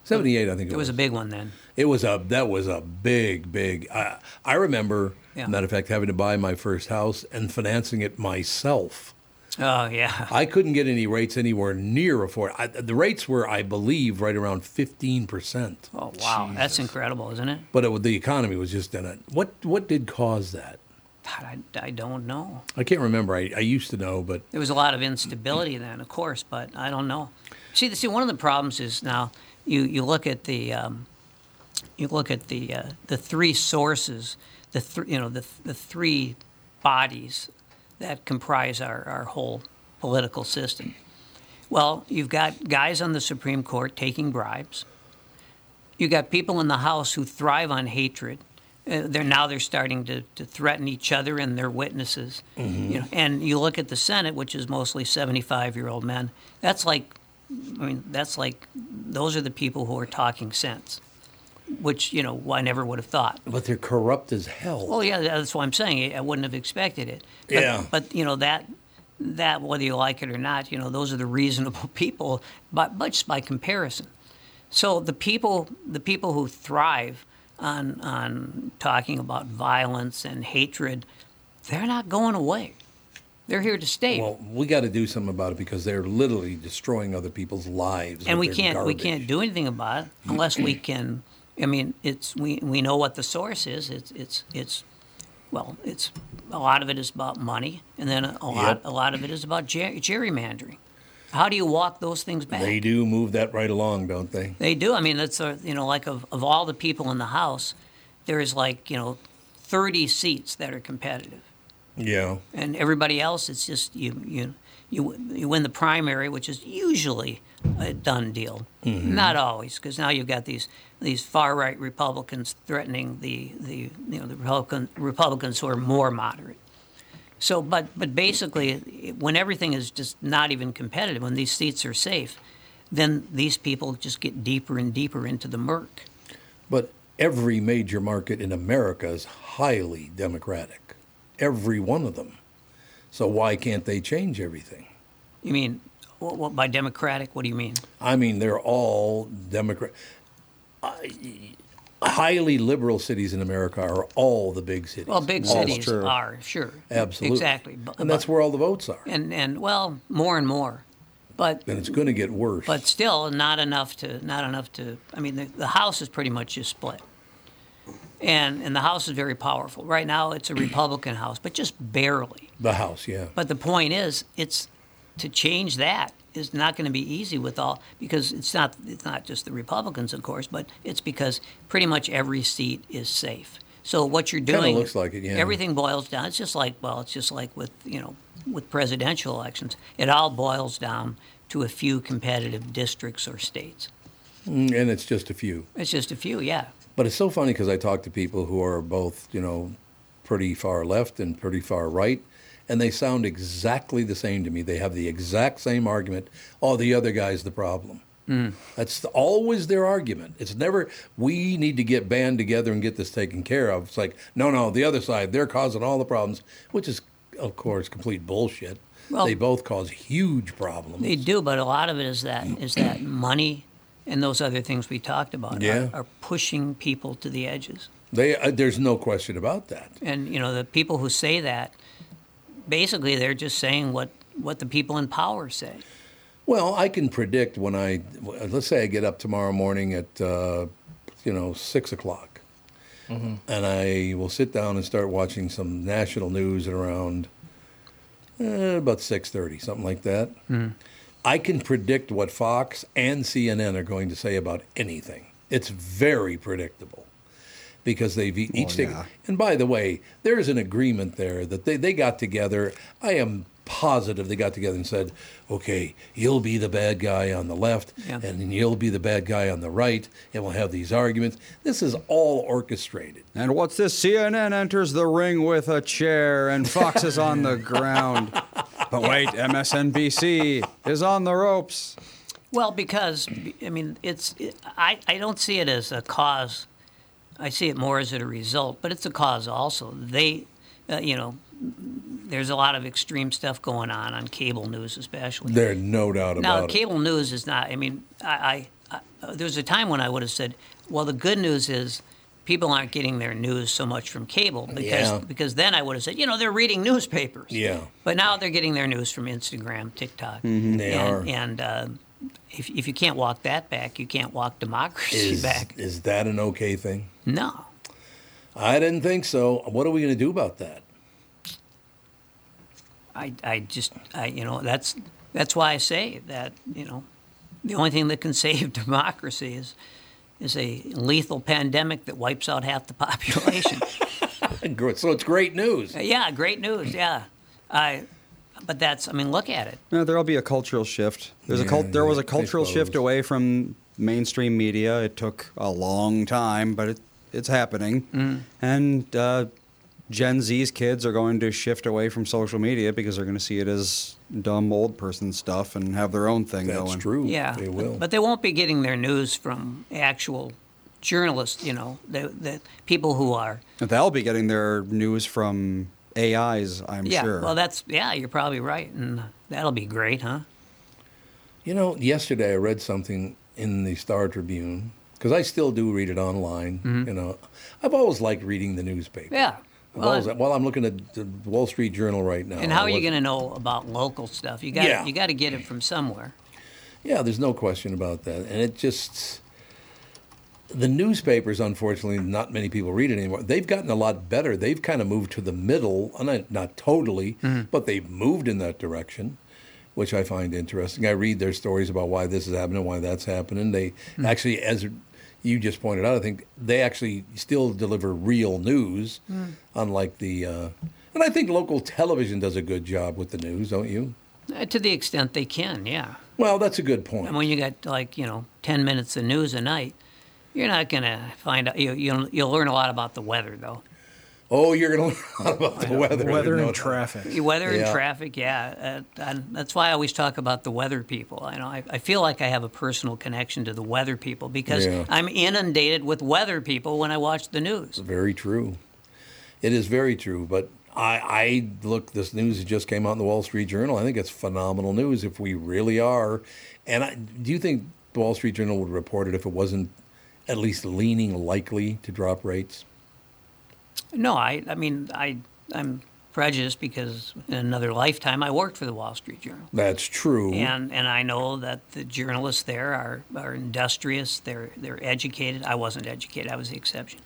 Speaker 2: 78, I think it,
Speaker 1: It was a big one then.
Speaker 2: It was a that was a big big. I I remember,
Speaker 1: Yeah.
Speaker 2: matter of fact, having to buy my first house and financing it myself.
Speaker 1: Oh yeah.
Speaker 2: I couldn't get any rates anywhere near afford. I, the rates were, I believe, right around fifteen percent.
Speaker 1: Oh wow, that's incredible, isn't it?
Speaker 2: But it, was- the economy was just in a what what did cause that?
Speaker 1: God, I, I don't know.
Speaker 2: I can't remember. I, I used to know, but
Speaker 1: There was a lot of instability then, of course, but I don't know. See, see, one of the problems is now you, you look at the um, you look at the uh, the three sources, the th- you know the the three bodies that comprise our, our whole political system. Well, you've got guys on the Supreme Court taking bribes. You got people in the House who thrive on hatred. Uh, they're now they're starting to, to threaten each other and their witnesses. You know, and you look at the Senate, which is mostly 75 year old men. That's like, I mean, that's like, those are the people who are talking sense, which, you know, I never would have thought.
Speaker 2: but they're corrupt as hell.
Speaker 1: Well, yeah, that's what I'm saying. I wouldn't have expected it. But,
Speaker 2: Yeah.
Speaker 1: But, you know, that, that, whether you like it or not, you know, those are the reasonable people, but, but just by comparison. So the people, the people who thrive on, on talking about violence and hatred, they're not going away. They're here to stay.
Speaker 2: Well, we got to do something about it because they're literally destroying other people's lives.
Speaker 1: and we
Speaker 2: with their
Speaker 1: can't we
Speaker 2: garbage.
Speaker 1: can't do anything about it unless we can. I mean, it's we, we know what the source is. It's it's it's well, it's a lot of it is about money, and then a lot a lot of it is about ger- gerrymandering. How do you walk those things back?
Speaker 2: They do move that right along, don't they?
Speaker 1: They do. I mean, that's a, you know, like of, of all the people in the House, there is like you know, thirty seats that are competitive,
Speaker 2: Yeah.
Speaker 1: and everybody else, it's just you you you you win the primary, which is usually a done deal.
Speaker 2: Mm-hmm.
Speaker 1: Not always, because now you've got these these far right Republicans threatening the the you know the Republican, Republicans who are more moderate. So, but but basically, when everything is just not even competitive, when these seats are safe, then these people just get deeper and deeper into the murk.
Speaker 2: But every major market in America is highly democratic. Every one of them. So why can't they change everything?
Speaker 1: You mean, what, what, by democratic, what do you mean?
Speaker 2: I mean, they're all Democrat. Uh, highly liberal cities in America are all the big cities.
Speaker 1: Well, big
Speaker 2: All
Speaker 1: cities
Speaker 2: true.
Speaker 1: are sure,
Speaker 2: Absolutely.
Speaker 1: exactly, Bu-
Speaker 2: And that's where all the votes are.
Speaker 1: and and well, more and more, but
Speaker 2: And it's going to get worse.
Speaker 1: but still not enough to not enough to. I mean, the, the House is pretty much just split, and and the House is very powerful right now. It's a Republican House, but just barely.
Speaker 2: the House, yeah.
Speaker 1: But the point is, it's to change that is not going to be easy with all because it's not it's not just the Republicans, of course, but it's because pretty much every seat is safe. So what you're
Speaker 2: Kinda
Speaker 1: doing
Speaker 2: looks like it, yeah.
Speaker 1: Everything boils down. It's just like well, it's just like with you know with presidential elections, it all boils down to a few competitive districts or states.
Speaker 2: Mm, And it's just a few.
Speaker 1: It's just a few, yeah.
Speaker 2: But it's so funny because I talk to people who are both, you know, pretty far left and pretty far right, and they sound exactly the same to me. They have the exact same argument. Oh, the other guy's the problem.
Speaker 1: Mm.
Speaker 2: That's the- always their argument. It's never, we need to get band together and get this taken care of. It's like, no, no, the other side, they're causing all the problems, which is, of course, complete bullshit.
Speaker 1: Well-
Speaker 2: they both cause huge problems.
Speaker 1: They do, but a lot of it is that is that money and those other things we talked about
Speaker 2: Yeah.
Speaker 1: are, are pushing people to the edges.
Speaker 2: They, uh, there's no question about that.
Speaker 1: And you know, the people who say that, basically, they're just saying what what the people in power say.
Speaker 2: Well, I can predict when I let's say I get up tomorrow morning at uh, you know six o'clock, and I will sit down and start watching some national news at around eh, about six thirty, something like that. I can predict what Fox and CNN are going to say about anything. It's very predictable because they've e- each taken. And by the way, there's an agreement there that they, they got together. I am positive they got together and said, okay, you'll be the bad guy on the left
Speaker 1: Yeah.
Speaker 2: and you'll be the bad guy on the right, and we'll have these arguments. This is all orchestrated.
Speaker 4: And what's this? CNN enters the ring with a chair and Fox is on the ground. But wait, MSNBC is on the ropes.
Speaker 1: Well, because I mean, it's it, I I don't see it as a cause. I see it more as a result, but it's a cause also. They, uh, you know, there's a lot of extreme stuff going on on cable news, especially.
Speaker 2: There's no doubt
Speaker 1: now,
Speaker 2: about it.
Speaker 1: cable news is not. I mean, I, I, I there was a time when I would have said, "Well, the good news is people aren't getting their news so much from cable," because
Speaker 2: Yeah.
Speaker 1: because then I would have said, "You know, they're reading newspapers."
Speaker 2: Yeah.
Speaker 1: But now they're getting their news from Instagram, TikTok.
Speaker 2: Mhm. They
Speaker 1: and,
Speaker 2: are.
Speaker 1: And uh, if if you can't walk that back, you can't walk democracy
Speaker 2: Is,
Speaker 1: back.
Speaker 2: is that an okay thing?
Speaker 1: No.
Speaker 2: I didn't think so. What are we going to do about that?
Speaker 1: I, I just, I, you know, that's that's why I say that, you know, the only thing that can save democracy is is a lethal pandemic that wipes out half the population.
Speaker 2: Good. So it's great news.
Speaker 1: yeah, great news. Yeah, I. But that's, I mean, look at it.
Speaker 4: No, there'll be a cultural shift. There's a
Speaker 2: Yeah,
Speaker 4: cult. There was a
Speaker 2: I
Speaker 4: cultural shift
Speaker 2: suppose.
Speaker 4: away from mainstream media. It took a long time, but it, it's happening.
Speaker 2: Mm.
Speaker 4: And uh, Gen Z's kids are going to shift away from social media because they're going to see it as dumb old person stuff and have their own thing going.
Speaker 2: true.
Speaker 1: Yeah, but- But, they won't be getting their news from actual journalists. You know, the, the people who are.
Speaker 4: They'll be getting their news from AIs, I'm
Speaker 1: yeah.
Speaker 4: sure.
Speaker 1: Well, that's yeah. You're probably right, and that'll be great, huh?
Speaker 2: You know, yesterday I read something in the Star Tribune because I still do read it online. You know, I've always liked reading the newspaper.
Speaker 1: Yeah.
Speaker 2: I've
Speaker 1: Well,
Speaker 2: always- well, I'm looking at the Wall Street Journal right now.
Speaker 1: and how
Speaker 2: I
Speaker 1: are you
Speaker 2: was-
Speaker 1: going to know about local stuff? You got
Speaker 2: Uh, Yeah.
Speaker 1: to you got to get it from somewhere.
Speaker 2: Yeah, there's no question about that. And it just the newspapers, unfortunately, not many people read it anymore. They've gotten a lot better. They've kind of moved to the middle, uh, not, not totally, but they've moved in that direction, which I find interesting. I read their stories about why this is happening, why that's happening. They actually, as you just pointed out, I think they actually still deliver real news, unlike the. Uh, and I think local television does a good job with the news, don't you?
Speaker 1: Uh, To the extent they can, yeah.
Speaker 2: Well, that's a good point.
Speaker 1: And when you got like you know ten minutes of news a night, you're not going to find out. You, you'll you'll learn a lot about the weather though.
Speaker 2: Oh, you're going to learn a lot about the weather.
Speaker 3: Weather
Speaker 2: No
Speaker 3: and
Speaker 2: doubt.
Speaker 3: traffic.
Speaker 1: The Weather
Speaker 2: Yeah.
Speaker 1: and traffic, yeah. Uh, and that's why I always talk about the weather people. I know I, I feel like I have a personal connection to the weather people because
Speaker 2: Yeah.
Speaker 1: I'm inundated with weather people when I watch the news.
Speaker 2: Very true. It is very true. But I, I look, this news that just came out in the Wall Street Journal. I think it's phenomenal news if we really are. And I, do you think the Wall Street Journal would report it if it wasn't at least leaning likely to drop rates?
Speaker 1: No, I, I mean, I, I'm prejudiced because in another lifetime I worked for the Wall Street Journal.
Speaker 2: That's true.
Speaker 1: And, and I know that the journalists there are, are industrious. They're they're educated. I wasn't educated. I was the exception,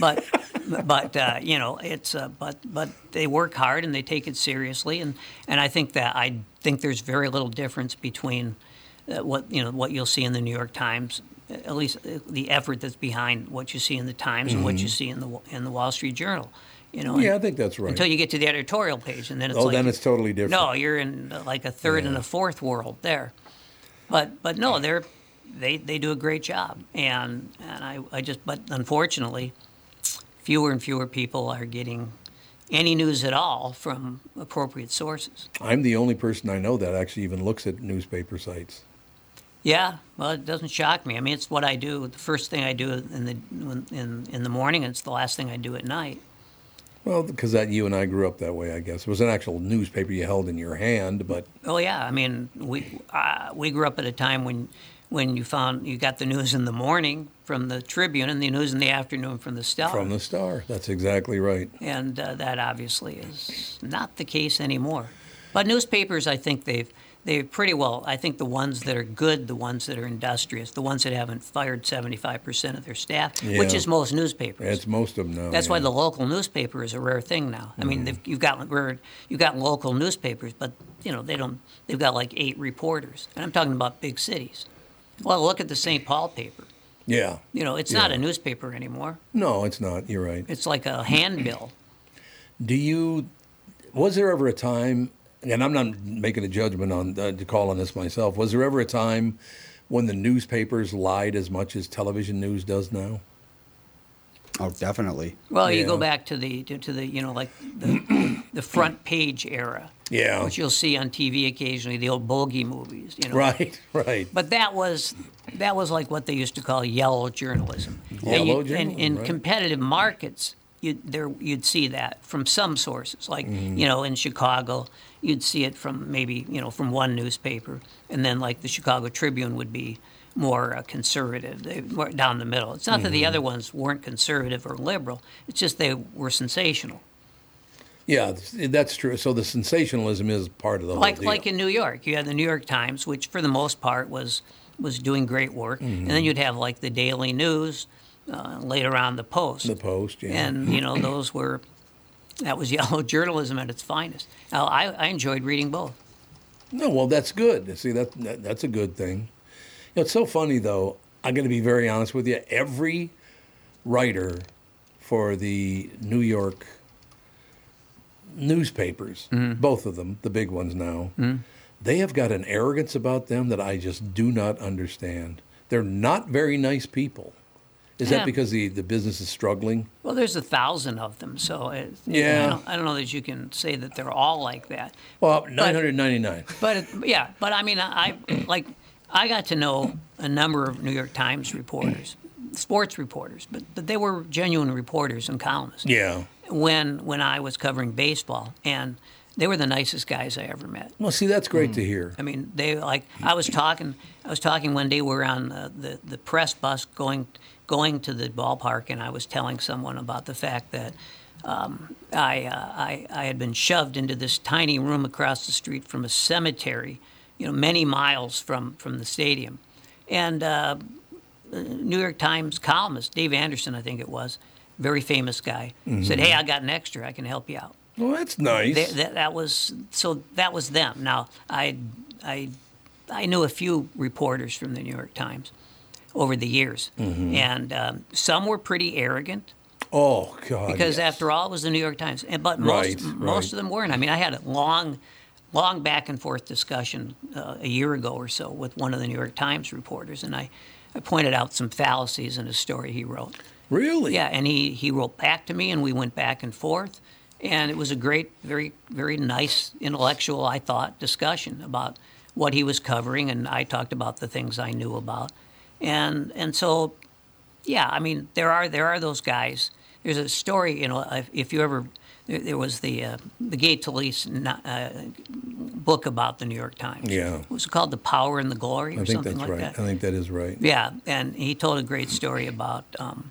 Speaker 1: but but uh, you know it's uh, but but they work hard and they take it seriously. And, and I think that I think there's very little difference between uh, what you know what you'll see in the New York Times, at least uh, the effort that's behind what you see in the Times and what you see in the Wa- in the Wall Street Journal. You know,
Speaker 2: Mm-hmm. yeah, I
Speaker 1: and-
Speaker 2: think that's right.
Speaker 1: until you get to the editorial page, and then it's
Speaker 2: oh,
Speaker 1: like
Speaker 2: then it's totally different.
Speaker 1: no, you're in uh, like a third and a fourth world there. But but no, they're they, they do a great job, and and I, I just but unfortunately, fewer and fewer people are getting any news at all from appropriate sources.
Speaker 2: I'm the only person I know that actually even looks at newspaper sites.
Speaker 1: Yeah, well, it doesn't shock me. I mean, it's what I do. The first thing I do in the when- in in the morning, and it's the last thing I do at night.
Speaker 2: Well, because that you and I grew up that way, I guess. It was an actual newspaper you held in your hand, but
Speaker 1: Oh yeah, I mean we uh, we grew up at a time when when you found you got the news in the morning from the Tribune and the news in the afternoon from the Stellar,
Speaker 2: from the star. That's exactly right.
Speaker 1: and uh, that obviously is not the case anymore. But newspapers, I think they've they pretty well. I think the ones that are good, the ones that are industrious, the ones that haven't fired seventy five percent of their staff, which
Speaker 2: Yeah.
Speaker 1: is most newspapers.
Speaker 2: It's most of them now.
Speaker 1: That's why
Speaker 2: yeah.
Speaker 1: the local newspaper is a rare thing now. I mean, they've, you've got rare- you've got local newspapers, but you know they don't. They've got like eight reporters, and I'm talking about big cities. Well, look at the St. Paul paper.
Speaker 2: Yeah.
Speaker 1: You know, it's not a newspaper anymore.
Speaker 2: No, it's not. You're right.
Speaker 1: It's like a handbill.
Speaker 2: Do you? Was there ever a time? And I'm not making a judgment on uh, to call on this myself. Was there ever a time when the newspapers lied as much as television news does now?
Speaker 4: Oh, definitely.
Speaker 1: Well, you go
Speaker 2: Yeah.
Speaker 1: back to the to, to the you know like the, the front page era,
Speaker 2: Yeah.
Speaker 1: which you'll see on TV occasionally, the old bogey movies. You know,
Speaker 2: Right. Right.
Speaker 1: But that was that was like what they used to call yellow journalism.
Speaker 2: Yellow
Speaker 1: and you, and
Speaker 2: journalism,
Speaker 1: in
Speaker 2: right.
Speaker 1: competitive markets, you'd, there, you'd see that from some sources. Like,
Speaker 9: Mhm.
Speaker 2: Mm-hmm.
Speaker 1: you know, in Chicago, you'd see it from maybe, you know, from one newspaper. And then, like, the Chicago Tribune would be more uh, conservative, they, more down the middle. It's not that the
Speaker 2: Mhm.
Speaker 1: other ones weren't conservative or liberal, it's just they were sensational.
Speaker 2: Yeah, th- that's true. So the sensationalism is part of the
Speaker 1: like
Speaker 2: whole deal.
Speaker 1: like in New York, you had the New York Times, which for the most part was was doing great work, and then
Speaker 2: Mhm.
Speaker 1: you'd have like the Daily News, uh, later on the Post.
Speaker 2: The Post, yeah.
Speaker 1: and you know those were that was yellow journalism at its finest. Now, I, I enjoyed reading both.
Speaker 2: No, well, that's good. See, that, that that's a good thing. You know, it's so funny though. I'm going to be very honest with you. Every writer for the New York newspapers,
Speaker 1: Mm-hmm.
Speaker 2: both of them, the big ones now, they have got an arrogance about them that I just do not understand. They're not very nice people. Is
Speaker 1: Yeah.
Speaker 2: that because the, the business is struggling?
Speaker 1: Well, there's a thousand of them, so it,
Speaker 2: Yeah.
Speaker 1: I, don't, I don't know that you can say that they're all like that.
Speaker 2: Well, 999.
Speaker 1: But it, yeah, but I mean, I like I got to know a number of New York Times reporters, sports reporters, but but they were genuine reporters and columnists.
Speaker 2: Yeah.
Speaker 1: When when I was covering baseball, and they were the nicest guys I ever met.
Speaker 2: Well, see, that's
Speaker 1: Mm.
Speaker 2: great to hear.
Speaker 1: I mean, they like I was talking. I was talking one day. We were on the, the, the press bus going going to the ballpark, and I was telling someone about the fact that um, I, uh, I I had been shoved into this tiny room across the street from a cemetery, you know, many miles from from the stadium, and uh, uh, New York Times columnist Dave Anderson, I think it was, very famous guy, said,
Speaker 2: Mhm.
Speaker 1: "Hey, I got an extra. I can help you out."
Speaker 2: Well, that's nice.
Speaker 1: Th- that, that was so. That was them. Now, I, I, I knew a few reporters from the New York Times over the years,
Speaker 2: Mhm.
Speaker 1: and um, some were pretty arrogant
Speaker 2: oh God.
Speaker 1: because
Speaker 2: yeah.
Speaker 1: after all, it was the New York Times. And but most
Speaker 2: Right,
Speaker 1: m-
Speaker 2: right.
Speaker 1: most of them weren't. I mean, I had a long, long back and forth discussion uh, a year ago or so with one of the New York Times reporters, and I, I pointed out some fallacies in a story he wrote.
Speaker 2: Really?
Speaker 1: Yeah, and he he wrote back to me, and we went back and forth, and it was a great, very very nice intellectual, I thought, discussion about what he was covering, and I talked about the things I knew about, and and so yeah, I mean there are there are those guys. There's a story, you know, if- if you ever there, there was the uh, the Gay Talese no- uh, book about the New York Times.
Speaker 2: Yeah.
Speaker 1: was it called "The Power and the Glory" or
Speaker 2: I think
Speaker 1: something
Speaker 2: that's
Speaker 1: like
Speaker 2: right.
Speaker 1: that?
Speaker 2: I think that is right.
Speaker 1: Yeah, and he told a great story about um,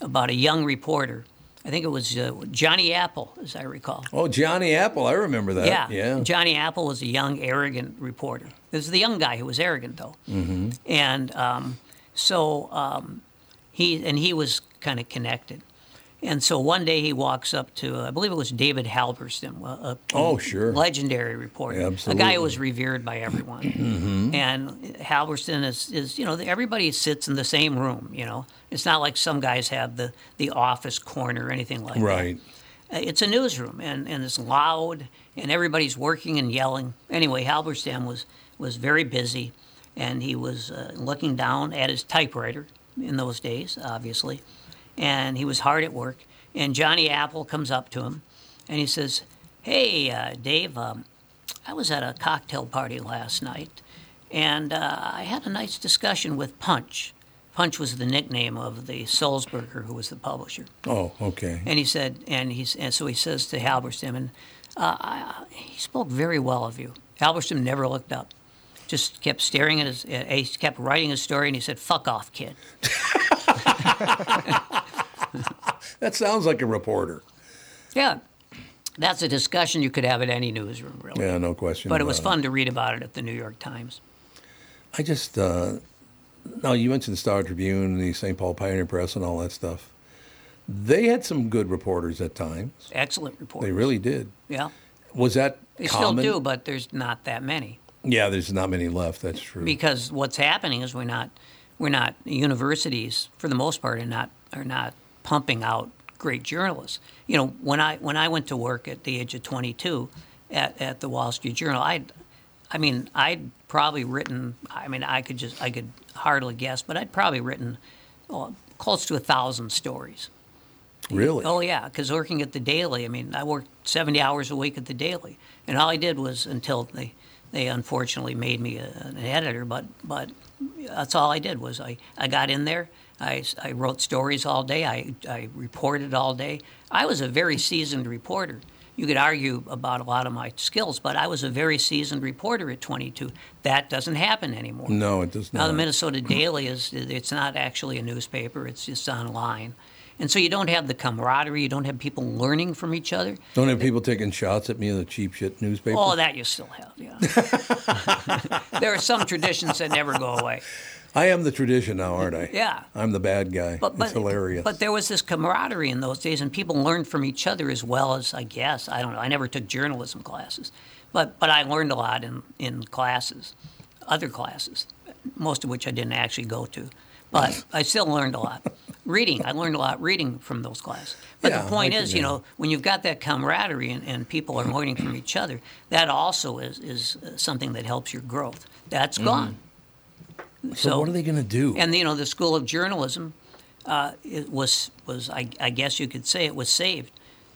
Speaker 1: about a young reporter. I think it was uh, Johnny Apple, as I recall.
Speaker 2: Oh, Johnny Apple. I remember that.
Speaker 1: yeah,
Speaker 2: Yeah.
Speaker 1: Johnny Apple was a young, arrogant reporter. This is the young guy who was arrogant, though,
Speaker 2: hmm
Speaker 1: and um, so um, he and he was kind of connected. And so one day he walks up to, I believe it was David Halberstam, uh, a, a
Speaker 2: Oh, sure.
Speaker 1: legendary reporter,
Speaker 2: Yeah,
Speaker 1: a guy
Speaker 2: absolutely.
Speaker 1: who was revered by everyone.
Speaker 2: Mhm.
Speaker 1: And Halberstam is, is, you know, everybody sits in the same room, you know. It's not like some guys have the, the office corner or anything like
Speaker 2: Right.
Speaker 1: that. Uh, It's a newsroom, and, and it's loud, and everybody's working and yelling. Anyway, Halberstam was, was very busy, and he was uh, looking down at his typewriter in those days, obviously, and he was hard at work. And Johnny Apple comes up to him, and he says, "Hey, uh, Dave, um, I was at a cocktail party last night, and uh, I had a nice discussion with Punch. Punch was the nickname of the Sulzberger, who was the publisher.
Speaker 2: Oh, okay.
Speaker 1: And he said, and he's, and so he says to Halberstam, and uh, I, he spoke very well of you. Halberstam never looked up, just kept staring at his. Uh, he kept writing his story, and he said, "Fuck off, kid."
Speaker 2: That sounds like a reporter.
Speaker 1: Yeah, that's a discussion you could have at any newsroom, really.
Speaker 2: Yeah, Uh, no question.
Speaker 1: But it was
Speaker 2: about
Speaker 1: fun to read about it at the New York Times.
Speaker 2: I just uh, no. You mentioned the Star Tribune, and the St. Paul Pioneer Press, and all that stuff. They had some good reporters at times.
Speaker 1: Excellent report.
Speaker 2: They really did.
Speaker 1: Yeah,
Speaker 2: Was that
Speaker 1: they
Speaker 2: common?
Speaker 1: still do, but there's not that many
Speaker 2: Yeah, there's not many left. That's true.
Speaker 1: because what's happening is we're not, we're not universities for the most part are not are not pumping out great journalists. You know, when I when I went to work at the age of 22 at, at the Wall Street Journal, I, I mean, I'd probably written. I mean, I could just I could hardly guess, but I'd probably written oh, close to a thousand stories.
Speaker 2: really.
Speaker 1: Oh yeah, because working at the Daily, I mean, I worked seventy hours a week at the Daily, and all I did was until they, they unfortunately made me a, an editor. But but that's all I did was I, I got in there, I, s- I wrote stories all day. I, I reported all day. I was a very seasoned reporter. You could argue about a lot of my skills, but I was a very seasoned reporter at 22. That doesn't happen anymore.
Speaker 2: No, it does
Speaker 1: Now the
Speaker 2: not.
Speaker 1: Minnesota Daily is it's not actually a newspaper, it's just online. And so you don't have the camaraderie, you don't have people learning from each other.
Speaker 2: Don't have people taking shots at me in the cheap shit newspaper.
Speaker 1: All that you still have, yeah. there are some traditions that never go away.
Speaker 2: I am the tradition now, aren't I?
Speaker 1: Yeah.
Speaker 2: I'm the bad guy.
Speaker 1: But, but,
Speaker 2: it's hilarious.
Speaker 1: But there was this camaraderie in those days, and people learned from each other as well as I guess I don't know. I never took journalism classes, but but I learned a lot in in classes, other classes, most of which I didn't actually go to, but I still learned a lot. Reading, I learned a lot reading from those classes. But
Speaker 2: Yeah,
Speaker 1: the point
Speaker 2: I can
Speaker 1: is, you know, when you've got that camaraderie and, and people are learning from each other, that also is is something that helps your growth. That's gone.
Speaker 2: Mm-hmm. so, what are they going to do?
Speaker 1: And you know, the School of Journalism uh, it was was I, I guess you could say it was saved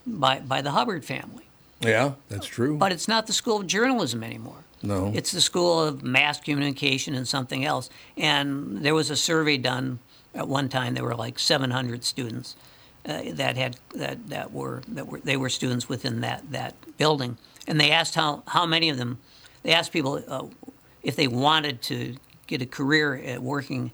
Speaker 1: by by the Hubbard family.
Speaker 2: yeah, that's true.
Speaker 1: But it's not the School of Journalism anymore.
Speaker 2: no.
Speaker 1: It's the School of Mass Communication and something else. And there was a survey done at one time. There were like 700 students uh, that had that, that were that were they were students within that that building. And they asked how how many of them. They asked people uh, if they wanted to get a career at working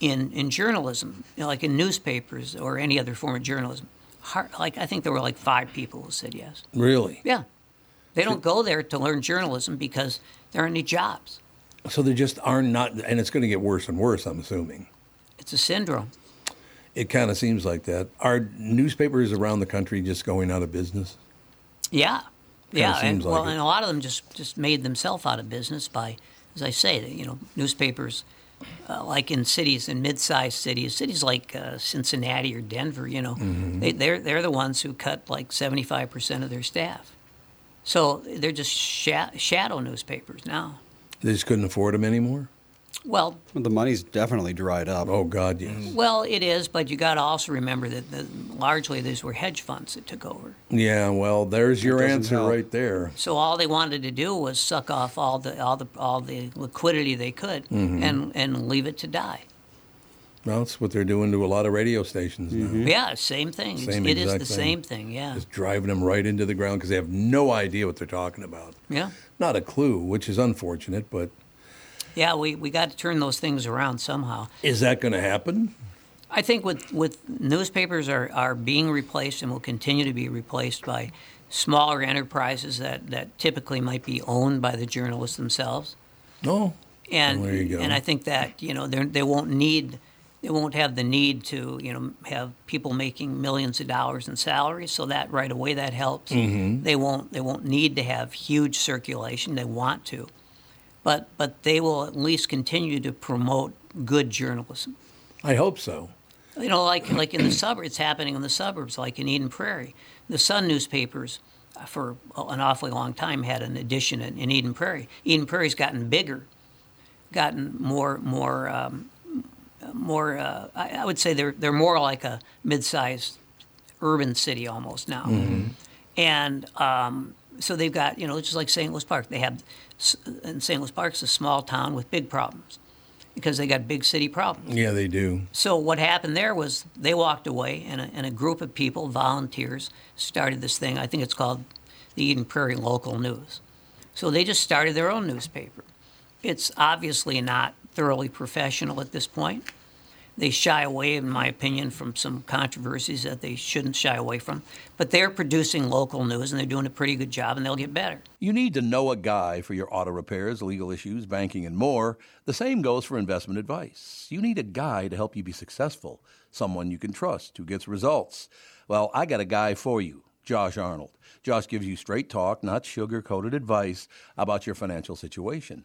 Speaker 1: in in journalism, you know, like in newspapers or any other form of journalism. Har like I think there were like five people who said yes.
Speaker 2: really?
Speaker 1: Yeah. They don't go there to learn journalism because there aren't any jobs.
Speaker 2: So they just are not, and it's going to get worse and worse, I'm assuming.
Speaker 1: It's a syndrome.
Speaker 2: It kind of seems like that. Are newspapers around the country just going out of business?
Speaker 1: Yeah. yeah. And,
Speaker 2: seems like
Speaker 1: well,
Speaker 2: it.
Speaker 1: and a lot of them just, just made themselves out of business by, as I say, that, you know, newspapers, uh, like in cities, in mid sized cities, cities like uh, Cincinnati or Denver, you know,
Speaker 2: Mm-hmm.
Speaker 1: they, they're, they're the ones who cut like 75% of their staff. So they're just sha- shadow newspapers now.
Speaker 2: They just couldn't afford them anymore?
Speaker 1: Well,
Speaker 4: The money's definitely dried up.
Speaker 2: Oh, God, yes.
Speaker 1: well, it is, but you got to also remember that the, largely these were hedge funds that took over.
Speaker 2: Yeah, well, there's your
Speaker 4: doesn't
Speaker 2: answer
Speaker 4: help.
Speaker 2: right there.
Speaker 1: So all they wanted to do was suck off all the all the all the liquidity they could
Speaker 2: Mm-hmm.
Speaker 1: and and leave it to die.
Speaker 2: Well, that's what they're doing to a lot of radio stations now.
Speaker 1: Yeah, same thing. It's-
Speaker 2: Same
Speaker 1: it is
Speaker 2: exact
Speaker 1: the
Speaker 2: thing.
Speaker 1: same thing. Yeah,
Speaker 2: Just driving them right into the ground because they have no idea what they're talking about.
Speaker 1: yeah,
Speaker 2: Not a clue, which is unfortunate, but
Speaker 1: yeah. We we got to turn those things around somehow.
Speaker 2: is that going to happen?
Speaker 1: I think with with newspapers are are being replaced and will continue to be replaced by smaller enterprises that that typically might be owned by the journalists themselves.
Speaker 2: No.
Speaker 1: and
Speaker 2: Well, there you go.
Speaker 1: and I think that you know they're- they won't need they won't have the need to you know have people making millions of dollars in salaries so that right away that helps
Speaker 2: Mm-hmm.
Speaker 1: they won't they won't need to have huge circulation they want to but but they will at least continue to promote good journalism
Speaker 2: I hope so.
Speaker 1: you know, like like in the suburbs, it's happening in the suburbs, like in Eden Prairie. The Sun newspapers, uh, for a- an awfully long time, had an edition in, in Eden Prairie. Eden Prairie's gotten bigger, gotten more more um, more. Uh, I, I would say they're they're more like a mid-sized urban city almost now, and um, so they've got you know it's just like St. Louis Park. They have, s- and St. Louis Park's a small town with big problems, because they got big city problems.
Speaker 2: Yeah, they do.
Speaker 1: So what happened there was they walked away, and a, and a group of people, volunteers, started this thing. I think it's called the Eden Prairie Local News. So they just started their own newspaper. It's obviously not thoroughly professional at this point. They shy away, in my opinion, from some controversies that they shouldn't shy away from. But they're producing local news, and they're doing a pretty good job, and they'll get better.
Speaker 9: You need to know a guy for your auto repairs, legal issues, banking, and more. The same goes for investment advice. You need a guy to help you be successful, someone you can trust who gets results. Well, I got a guy for you, Josh Arnold. Josh gives you straight talk, not sugar coated advice about your financial situation.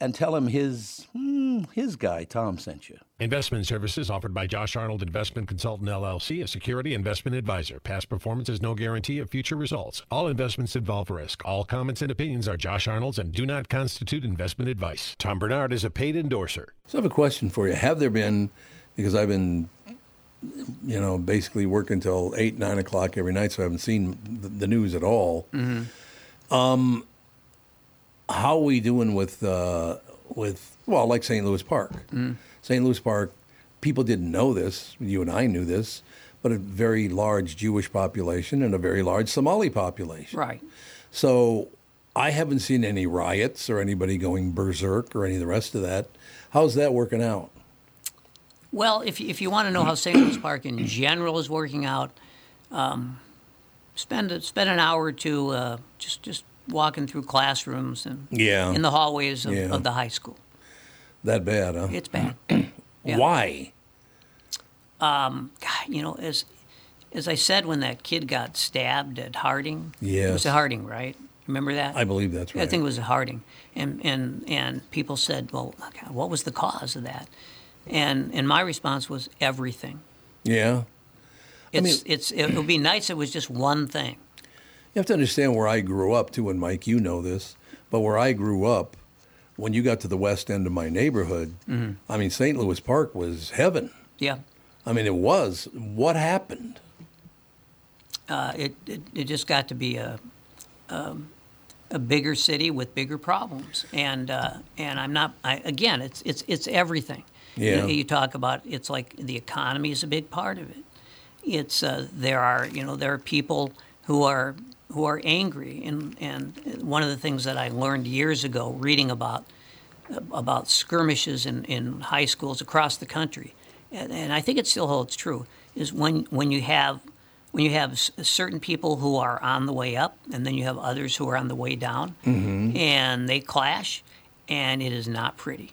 Speaker 9: and tell him his hmm, him his guy, Tom, sent you.
Speaker 10: Investment services offered by Josh Arnold Investment Consultant LLC, a security investment advisor. Past performance is no guarantee of future results. All investments involve risk. All comments and opinions are Josh Arnold's and do not constitute investment advice. Tom Bernard is a paid endorser.
Speaker 2: So I have a question for you. Have there been, because I've been, you know, basically working till eight, nine o'clock every night, so I haven't seen the, the news at all. Um, how are we doing with uh, with well, like St. Louis Park?
Speaker 9: Mm.
Speaker 2: St. Louis Park, people didn't know this. You and I knew this, but a very large Jewish population and a very large Somali population.
Speaker 1: Right.
Speaker 2: So I haven't seen any riots or anybody going berserk or any of the rest of that. How's that working out?
Speaker 1: Well, if, if you want to know how St. Louis Park in general is working out, um, spend spend an hour or two uh, just just walking through classrooms and
Speaker 2: Yeah.
Speaker 1: in the hallways of,
Speaker 2: Yeah.
Speaker 1: of the high school.
Speaker 2: That bad, huh?
Speaker 1: It's bad. Yeah.
Speaker 2: Why?
Speaker 1: Um, God, you know, as as I said when that kid got stabbed at Harding, it
Speaker 2: Yes.
Speaker 1: was at Harding, right? Remember that?
Speaker 2: I believe that's
Speaker 1: I
Speaker 2: right.
Speaker 1: think it was at Harding, and and and people said, "Well, God, what was the cause of that?" And and my response was everything.
Speaker 2: Yeah. I
Speaker 1: It's
Speaker 2: mean-
Speaker 1: it's it would be nice if it was just one thing.
Speaker 2: You have to understand where I grew up too, and Mike, you know this, but where I grew up, when you got to the west end of my neighborhood,
Speaker 1: Mhm.
Speaker 2: I mean, St. Louis Park was heaven.
Speaker 1: Yeah.
Speaker 2: I mean, it was. What happened?
Speaker 1: uh, it, it, it just got to be a, um, a bigger city with bigger problems. And, uh, and I'm not, I, again, it's, it's, it's everything. You-
Speaker 11: Yeah.
Speaker 1: You, talk about, it's like the economy is a big part of it. It's, uh, there are, you know, there are people who are, who are angry. And, and one of the things that I learned years ago reading about, about skirmishes in, in high schools across the country, and, and I think it still holds true, is when, when you have when you have s- certain people who are on the way up and then you have others who are on the way down
Speaker 2: Mhm.
Speaker 1: and they clash and it is not pretty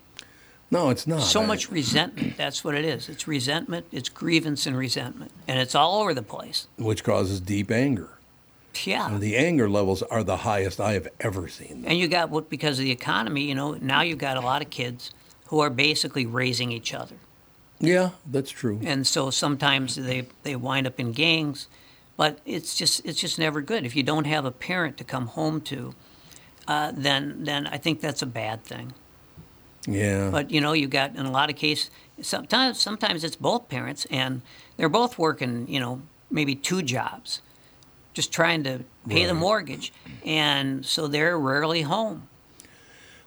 Speaker 2: No, it's not.
Speaker 1: so
Speaker 2: I-
Speaker 1: much resentment that's what it is it's resentment it's grievance and resentment and it's all over the place
Speaker 2: Which causes deep anger.
Speaker 1: yeah
Speaker 2: And the anger levels are the highest I have ever seen.
Speaker 1: and you got what because of the economy you know now you've got a lot of kids who are basically raising each other
Speaker 2: Yeah, that's true.
Speaker 1: and so sometimes they they wind up in gangs but it's just it's just never good if you don't have a parent to come home to uh, then then i think that's a bad thing
Speaker 2: Yeah.
Speaker 1: but you know you got in a lot of cases sometimes sometimes it's both parents and they're both working you know maybe two jobs just trying to pay the
Speaker 2: Right.
Speaker 1: mortgage and so they're rarely home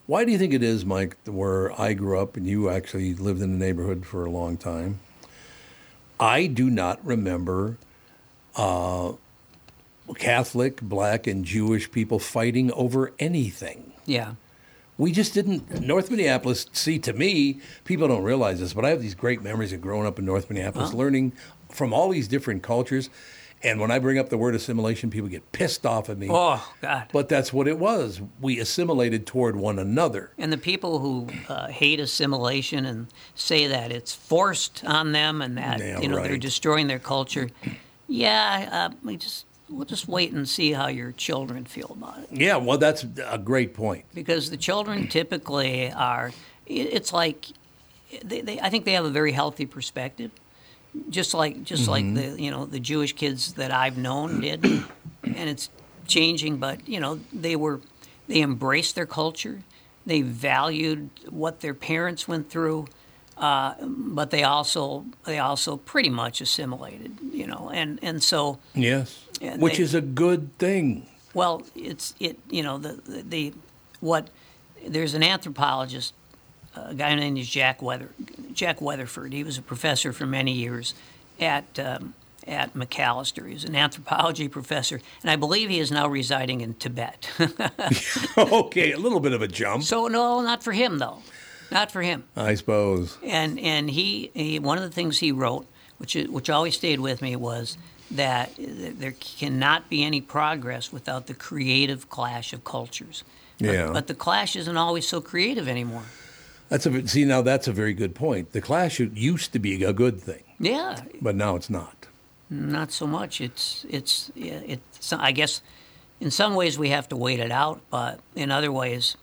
Speaker 2: Why do you think it is, Mike, where I grew up and you actually lived in the neighborhood for a long time? I do not remember uh, Catholic, black, and Jewish people fighting over anything.
Speaker 1: yeah
Speaker 2: We just didn't. North Minneapolis, see, to me, people don't realize this, but I have these great memories of growing up in North Minneapolis,
Speaker 1: Wow.
Speaker 2: learning from all these different cultures. And when I bring up the word assimilation, people get pissed off at me.
Speaker 1: oh god
Speaker 2: But that's what it was. We assimilated toward one another.
Speaker 1: And the people who uh, hate assimilation and say that it's forced on them and that
Speaker 2: Yeah,
Speaker 1: you know they're
Speaker 2: right.
Speaker 1: destroying their culture, yeah, uh, we just we'll just wait and see how your children feel about it
Speaker 2: Yeah, well, that's a great point.
Speaker 1: because the children typically are. i- It's like they, they I think they have a very healthy perspective, just like just like
Speaker 11: Mhm.
Speaker 1: the you know the Jewish kids that I've known did, and it's changing. But you know they were they embraced their culture, they valued what their parents went through. Uh, but they also they also pretty much assimilated, you know, and and so
Speaker 2: Yes.
Speaker 1: Yeah,
Speaker 2: Which
Speaker 1: they-
Speaker 2: is a good thing.
Speaker 1: well, it's it. You know the the, the what there's an anthropologist, a guy named Jack Weather Jack Weatherford. He was a professor for many years at um, at McAllister. He was an anthropology professor, and I believe he is now residing in Tibet.
Speaker 2: okay, a little bit of a jump.
Speaker 1: so no, not for him though, not for him.
Speaker 2: I suppose.
Speaker 1: And and he, he one of the things he wrote, which is- which always stayed with me, was that there cannot be any progress without the creative clash of cultures.
Speaker 2: Yeah.
Speaker 1: But, but the clash isn't always so creative anymore.
Speaker 2: That's a see now that's a very good point. The clash used to be a good thing,
Speaker 1: Yeah,
Speaker 2: but now it's not.
Speaker 1: not so much. It's it's yeah, it's. I guess in some ways we have to wait it out, but in other ways,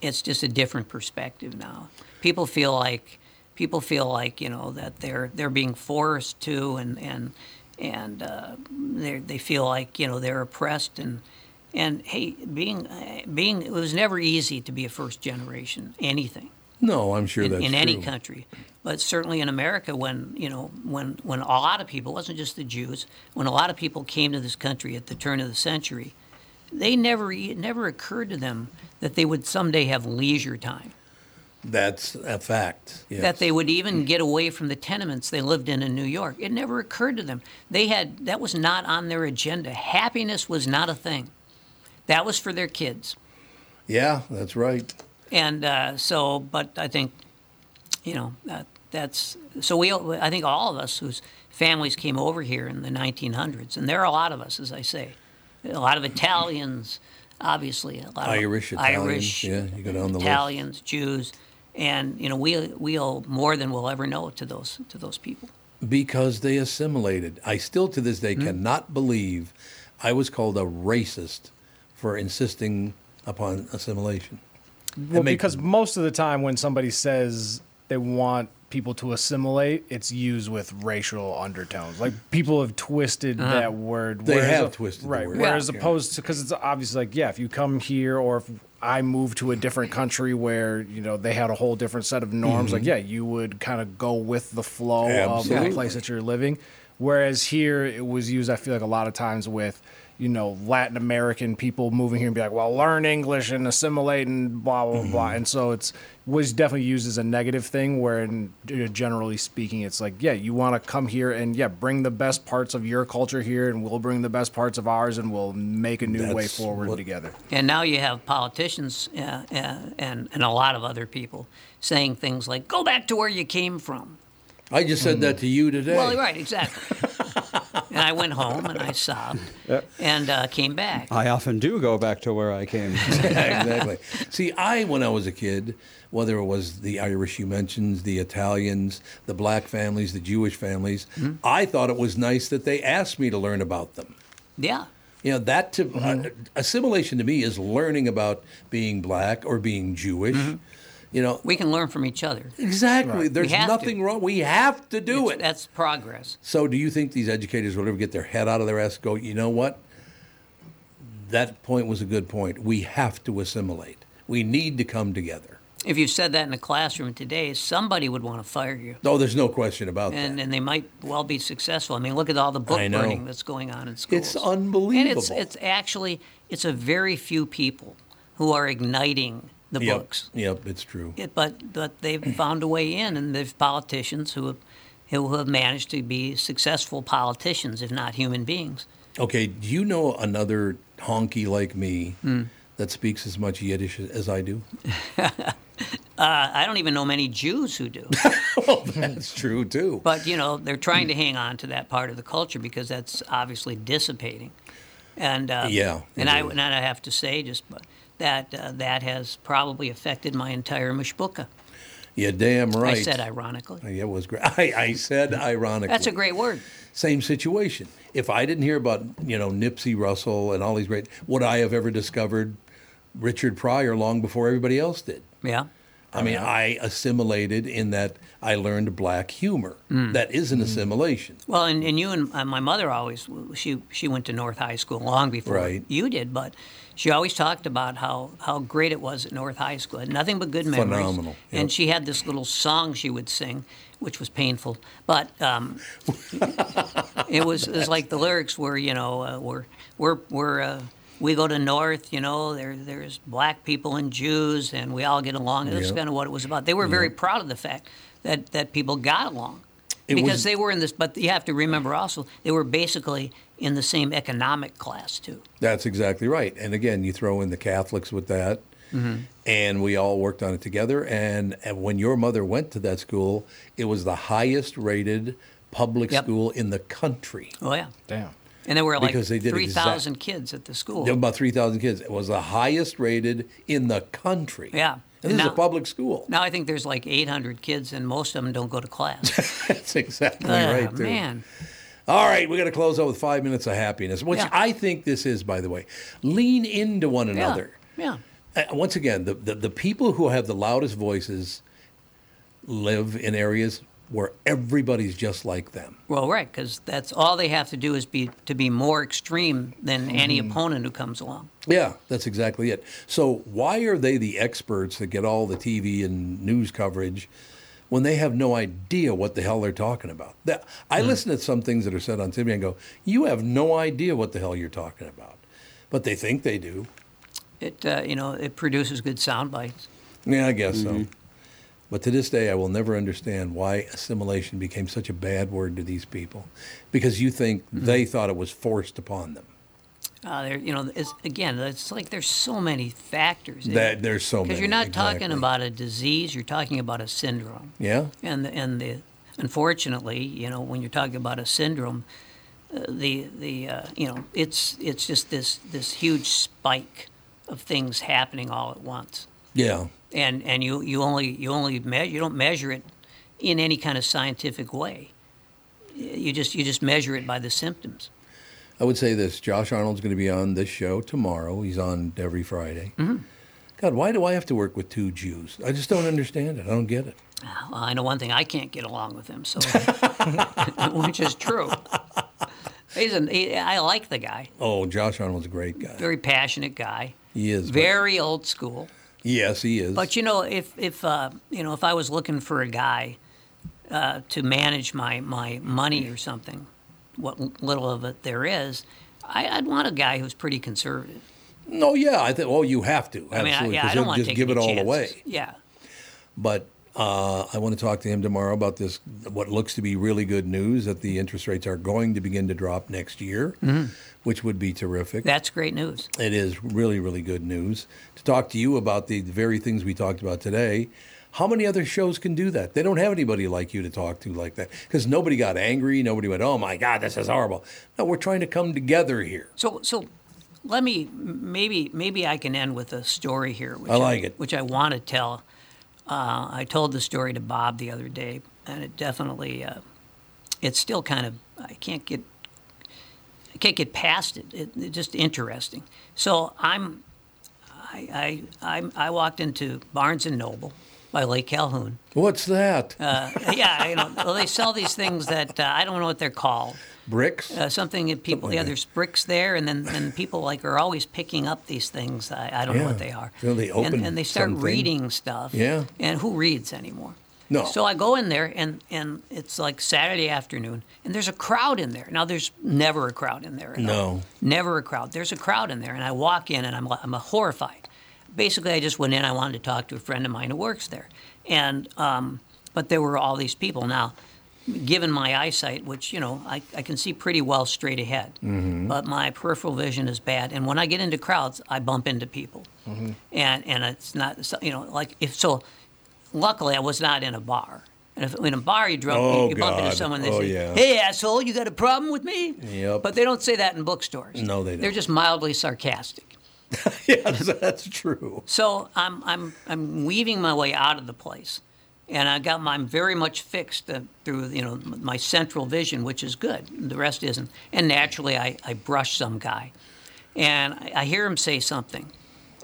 Speaker 1: it's just a different perspective now. people feel like people feel like you know that they're they're being forced to and and and uh, they they feel like you know they're oppressed and and hey being uh, being it was never easy to be a first generation anything
Speaker 2: No, I'm sure
Speaker 1: in,
Speaker 2: that's
Speaker 1: in any
Speaker 2: true.
Speaker 1: country, but certainly in America, when you know, when when a lot of people, it wasn't just the Jews, when a lot of people came to this country at the turn of the century, they never it never occurred to them that they would someday have leisure time,
Speaker 2: That's a fact. Yes. Mm.
Speaker 1: that they would even get away from the tenements they lived in in New York. It never occurred to them. They had that was not on their agenda. Happiness was not a thing. That was for their kids.
Speaker 2: yeah, that's right.
Speaker 1: And uh, so, but I think, you know, that, that's so we. I think all of us whose families came over here in the 1900s, and there are a lot of us, as I say, a lot of Italians, obviously, a lot
Speaker 2: Irish,
Speaker 1: of
Speaker 2: Italians.
Speaker 1: Irish,
Speaker 2: yeah, you go down the list.
Speaker 1: Italians, Jews, and you know, we we owe more than we'll ever know to those to those people.
Speaker 2: Because they assimilated. I still to this
Speaker 1: Hmm?
Speaker 2: day cannot believe I was called a racist for insisting upon assimilation.
Speaker 3: Well,
Speaker 2: make-
Speaker 3: because most of the time when somebody says they want people to assimilate, it's used with racial undertones. Like people have twisted
Speaker 2: Uh-huh.
Speaker 3: that word.
Speaker 2: They
Speaker 3: whereas
Speaker 2: have
Speaker 3: a-
Speaker 2: twisted the
Speaker 3: right,
Speaker 2: word.
Speaker 3: Whereas
Speaker 2: Yeah.
Speaker 3: opposed to because it's obviously like yeah, if you come here or if I move to a different country where you know they had a whole different set of norms,
Speaker 2: Mhm.
Speaker 3: like yeah, you would kind of go with the flow of
Speaker 2: Absolutely.
Speaker 3: that place that you're living. Whereas here it was used, I feel like a lot of times with, you know, Latin American people moving here and be like, well, learn English and assimilate and blah blah blah. And so it's was definitely used as a negative thing. Where in, you know, generally speaking, it's like, yeah, you want to come here and yeah, bring the best parts of your culture here, and we'll bring the best parts of ours, and we'll make a new way
Speaker 1: That's
Speaker 3: forward together.
Speaker 1: And now you have politicians uh, uh, and and a lot of other people saying things like, "Go back to where you came from."
Speaker 2: I just said that to you today.
Speaker 1: Hmm. Well, right, exactly. and I went home and I sobbed and uh, came back.
Speaker 2: Uh-huh.
Speaker 4: I often do go back to where I came.
Speaker 2: exactly. See, I, when I was a kid, whether it was the Irish you mentioned, the Italians, the black families, the Jewish families,
Speaker 1: Mm-hmm.
Speaker 2: I thought it was nice that they asked me to learn about them.
Speaker 1: Yeah.
Speaker 2: You know, that to, uh,
Speaker 1: Mm-hmm.
Speaker 2: assimilation to me is learning about being black or being Jewish. You know,
Speaker 1: we can learn from each other.
Speaker 2: Exactly.
Speaker 1: Mm-hmm. Right.
Speaker 2: There's
Speaker 1: We have to.
Speaker 2: nothing wrong. We have to do
Speaker 1: It's-
Speaker 2: it.
Speaker 1: That's progress.
Speaker 2: So, do you think these educators will ever get their head out of their ass? And go, you know what? That point was a good point. We have to assimilate. We need to come together.
Speaker 1: If you said that in a classroom today, somebody would want to fire you.
Speaker 2: No, there's no question about that.
Speaker 1: And, and they might well be successful. I mean, look at all the book
Speaker 2: I know.
Speaker 1: burning that's going on in schools.
Speaker 2: It's unbelievable.
Speaker 1: And it's, it's actually, it's a very few people who are igniting the
Speaker 2: yep.
Speaker 1: books.
Speaker 2: Yep, it's true.
Speaker 1: It, but but they've found a way in, and there's politicians who have, who have managed to be successful politicians, if not human beings.
Speaker 2: Okay, do you know another honky like me
Speaker 1: Hmm.
Speaker 2: that speaks as much Yiddish as I do?
Speaker 1: Uh, I don't even know many Jews who do,
Speaker 2: Oh, That's true too.
Speaker 1: but you know they're trying to hang on to that part of the culture because that's obviously dissipating. And uh,
Speaker 2: Yeah,
Speaker 1: and I
Speaker 2: indeed.
Speaker 1: and I have to say just that uh, that has probably affected my entire mishpucha.
Speaker 2: Yeah, damn right.
Speaker 1: I said ironically.
Speaker 2: Yeah, it was great. I, I said ironically.
Speaker 1: That's a great word.
Speaker 2: Same situation. If I didn't hear about you know Nipsey Russell and all these great, would I have ever discovered Richard Pryor long before everybody else did?
Speaker 1: Oh, Yeah.
Speaker 2: I mean, I assimilated in that I learned black humor.
Speaker 1: Mm.
Speaker 2: That is an assimilation.
Speaker 1: Well, and, and you and uh, my mother always she she went to North High School long before
Speaker 2: Right.
Speaker 1: you did, but she always talked about how how great it was at North High School. Had nothing but good memories.
Speaker 2: Phenomenal,
Speaker 1: And
Speaker 2: yep.
Speaker 1: she had this little song she would sing, which was painful, but um, it was it was like the lyrics were you know uh, were we're we're. Uh, we go to North, you know. There, there's black people and Jews, and we all get along. That's
Speaker 2: Yep.
Speaker 1: kind of what it was about. They were very proud of the fact that that people got along
Speaker 2: It
Speaker 1: because
Speaker 2: was-
Speaker 1: they were in this, but you have to remember also they were basically in the same economic class too.
Speaker 2: That's exactly right. And again, you throw in the Catholics with that,
Speaker 1: Mm-hmm.
Speaker 2: and we all worked on it together. And, and when your mother went to that school, it was the highest rated public
Speaker 1: Yep.
Speaker 2: school in the country.
Speaker 1: Oh yeah,
Speaker 3: Damn.
Speaker 1: and there were like
Speaker 2: Because they did
Speaker 1: three
Speaker 2: exact-
Speaker 1: thousand kids at the school.
Speaker 2: There were about 3,000 kids. It was the highest rated in the country.
Speaker 1: Yeah,
Speaker 2: And this is a public school.
Speaker 1: Now I think there's like eight hundred kids, and most of them don't go to class.
Speaker 2: That's exactly
Speaker 1: Ah,
Speaker 2: right there.
Speaker 1: man.
Speaker 2: All right, we're going to close out with five minutes of happiness, which
Speaker 1: Yeah.
Speaker 2: I think this is, by the way. Lean into one
Speaker 1: Yeah.
Speaker 2: another.
Speaker 1: Yeah.
Speaker 2: Uh, once again, the, the, the people who have the loudest voices live in areas where everybody's just like them.
Speaker 1: Well, right, because that's all they have to do is be to be more extreme than any
Speaker 2: Mhm.
Speaker 1: opponent who comes along.
Speaker 2: Yeah, that's exactly it. So why are they the experts that get all the TV and news coverage when they have no idea what the hell they're talking about? That, I
Speaker 1: Hmm.
Speaker 2: listen to some things that are said on TV and go, "You have no idea what the hell you're talking about," but they think they do.
Speaker 1: It uh, you know it produces good sound bites.
Speaker 2: Yeah, I guess
Speaker 1: Mhm.
Speaker 2: so. But to this day, I will never understand why assimilation became such a bad word to these people, because you think
Speaker 1: Mm-hmm.
Speaker 2: they thought it was forced upon them.
Speaker 1: Uh, there, you know, it's, again, it's like there's so many factors.
Speaker 2: That- there's so
Speaker 1: Because
Speaker 2: many,
Speaker 1: you're not talking
Speaker 2: exactly.
Speaker 1: about a disease, you're talking about a syndrome.
Speaker 2: Yeah.
Speaker 1: And the, and the unfortunately, you know, when you're talking about a syndrome, uh, the the uh, you know, it's it's just this this huge spike of things happening all at once.
Speaker 2: Yeah.
Speaker 1: And and you you only you only me- you don't measure it in any kind of scientific way. You just you just measure it by the symptoms.
Speaker 2: I would say this: Josh Arnold's going to be on this show tomorrow. He's on every Friday.
Speaker 1: Mhm.
Speaker 2: God, why do I have to work with two Jews? I just don't understand it. I don't get it.
Speaker 1: Well, Uh, I know one thing. I can't get along with him, so which is true. He's an, he, I like the guy.
Speaker 2: Oh, Josh Arnold's a great guy.
Speaker 1: Very passionate guy.
Speaker 2: He is but-
Speaker 1: Very old school.
Speaker 2: yes, he is.
Speaker 1: But you know, if if uh, you know, if I was looking for a guy uh, to manage my my money or something, what little of it there is, I, I'd want a guy who's pretty conservative.
Speaker 2: no, yeah, I think. Well, you have to
Speaker 1: I mean, I,
Speaker 2: absolutely.
Speaker 1: yeah,
Speaker 2: 'cause
Speaker 1: I don't
Speaker 2: he'll
Speaker 1: want to
Speaker 2: just
Speaker 1: take
Speaker 2: give it
Speaker 1: any
Speaker 2: all
Speaker 1: chances.
Speaker 2: away.
Speaker 1: Yeah.
Speaker 2: But uh, I want to talk to him tomorrow about this. What looks to be really good news that the interest rates are going to begin to drop next year,
Speaker 1: Mhm.
Speaker 2: which would be terrific.
Speaker 1: That's great news.
Speaker 2: It is really, really good news to talk to you about the very things we talked about today. How many other shows can do that? They don't have anybody like you to talk to like that because nobody got angry. Nobody went, oh my God, this is horrible. No, we're trying to come together here.
Speaker 1: So so let me maybe maybe I can end with a story here. Which
Speaker 2: I like it.
Speaker 1: Which I want to tell. Uh, I told the story to Bob the other day, and it definitely uh, it's still kind of I can't get I can't get past it. it it's just interesting. So I'm I I I'm, I walked into Barnes and Noble by Lake Calhoun.
Speaker 2: What's that?
Speaker 1: Uh, yeah, you know, well, they sell these things that uh, I don't know what they're called.
Speaker 2: Bricks?
Speaker 1: Uh, something that people, yeah, there's bricks there, and then and people like are always picking up these things. I, I don't know
Speaker 2: Yeah.
Speaker 1: what they are.
Speaker 2: You know, they open
Speaker 1: and, and they start
Speaker 2: something.
Speaker 1: reading stuff.
Speaker 2: Yeah.
Speaker 1: And who reads anymore?
Speaker 2: No.
Speaker 1: So I go in there, and and it's like Saturday afternoon, and there's a crowd in there. Now there's never a crowd in there. At all.
Speaker 2: No.
Speaker 1: Never a crowd. There's a crowd in there, and I walk in, and I'm I'm horrified. Basically, I just went in. I wanted to talk to a friend of mine who works there, and um, but there were all these people. Now, given my eyesight, which you know I, I can see pretty well straight ahead,
Speaker 2: Mm-hmm.
Speaker 11: Mhm.
Speaker 1: but my peripheral vision is bad, and when I get into crowds, I bump into people,
Speaker 2: Mm-hmm.
Speaker 1: and and it's not so- you know like if so. Luckily, I was not in a bar. And if in a bar you drunk,
Speaker 2: Oh,
Speaker 1: you, you bump into
Speaker 2: God.
Speaker 1: someone. They
Speaker 2: Oh,
Speaker 1: say,
Speaker 2: yeah.
Speaker 1: "Hey, asshole, you got a problem with me?"
Speaker 2: Yep.
Speaker 1: But they don't say that in bookstores.
Speaker 2: No, they don't.
Speaker 1: They're just mildly sarcastic.
Speaker 2: yes, that's true.
Speaker 1: So I'm I'm I'm weaving my way out of the place, and I got my, I'm very much fixed uh, through you know my central vision, which is good. The rest isn't. And naturally, I I brush some guy, and I, I hear him say something.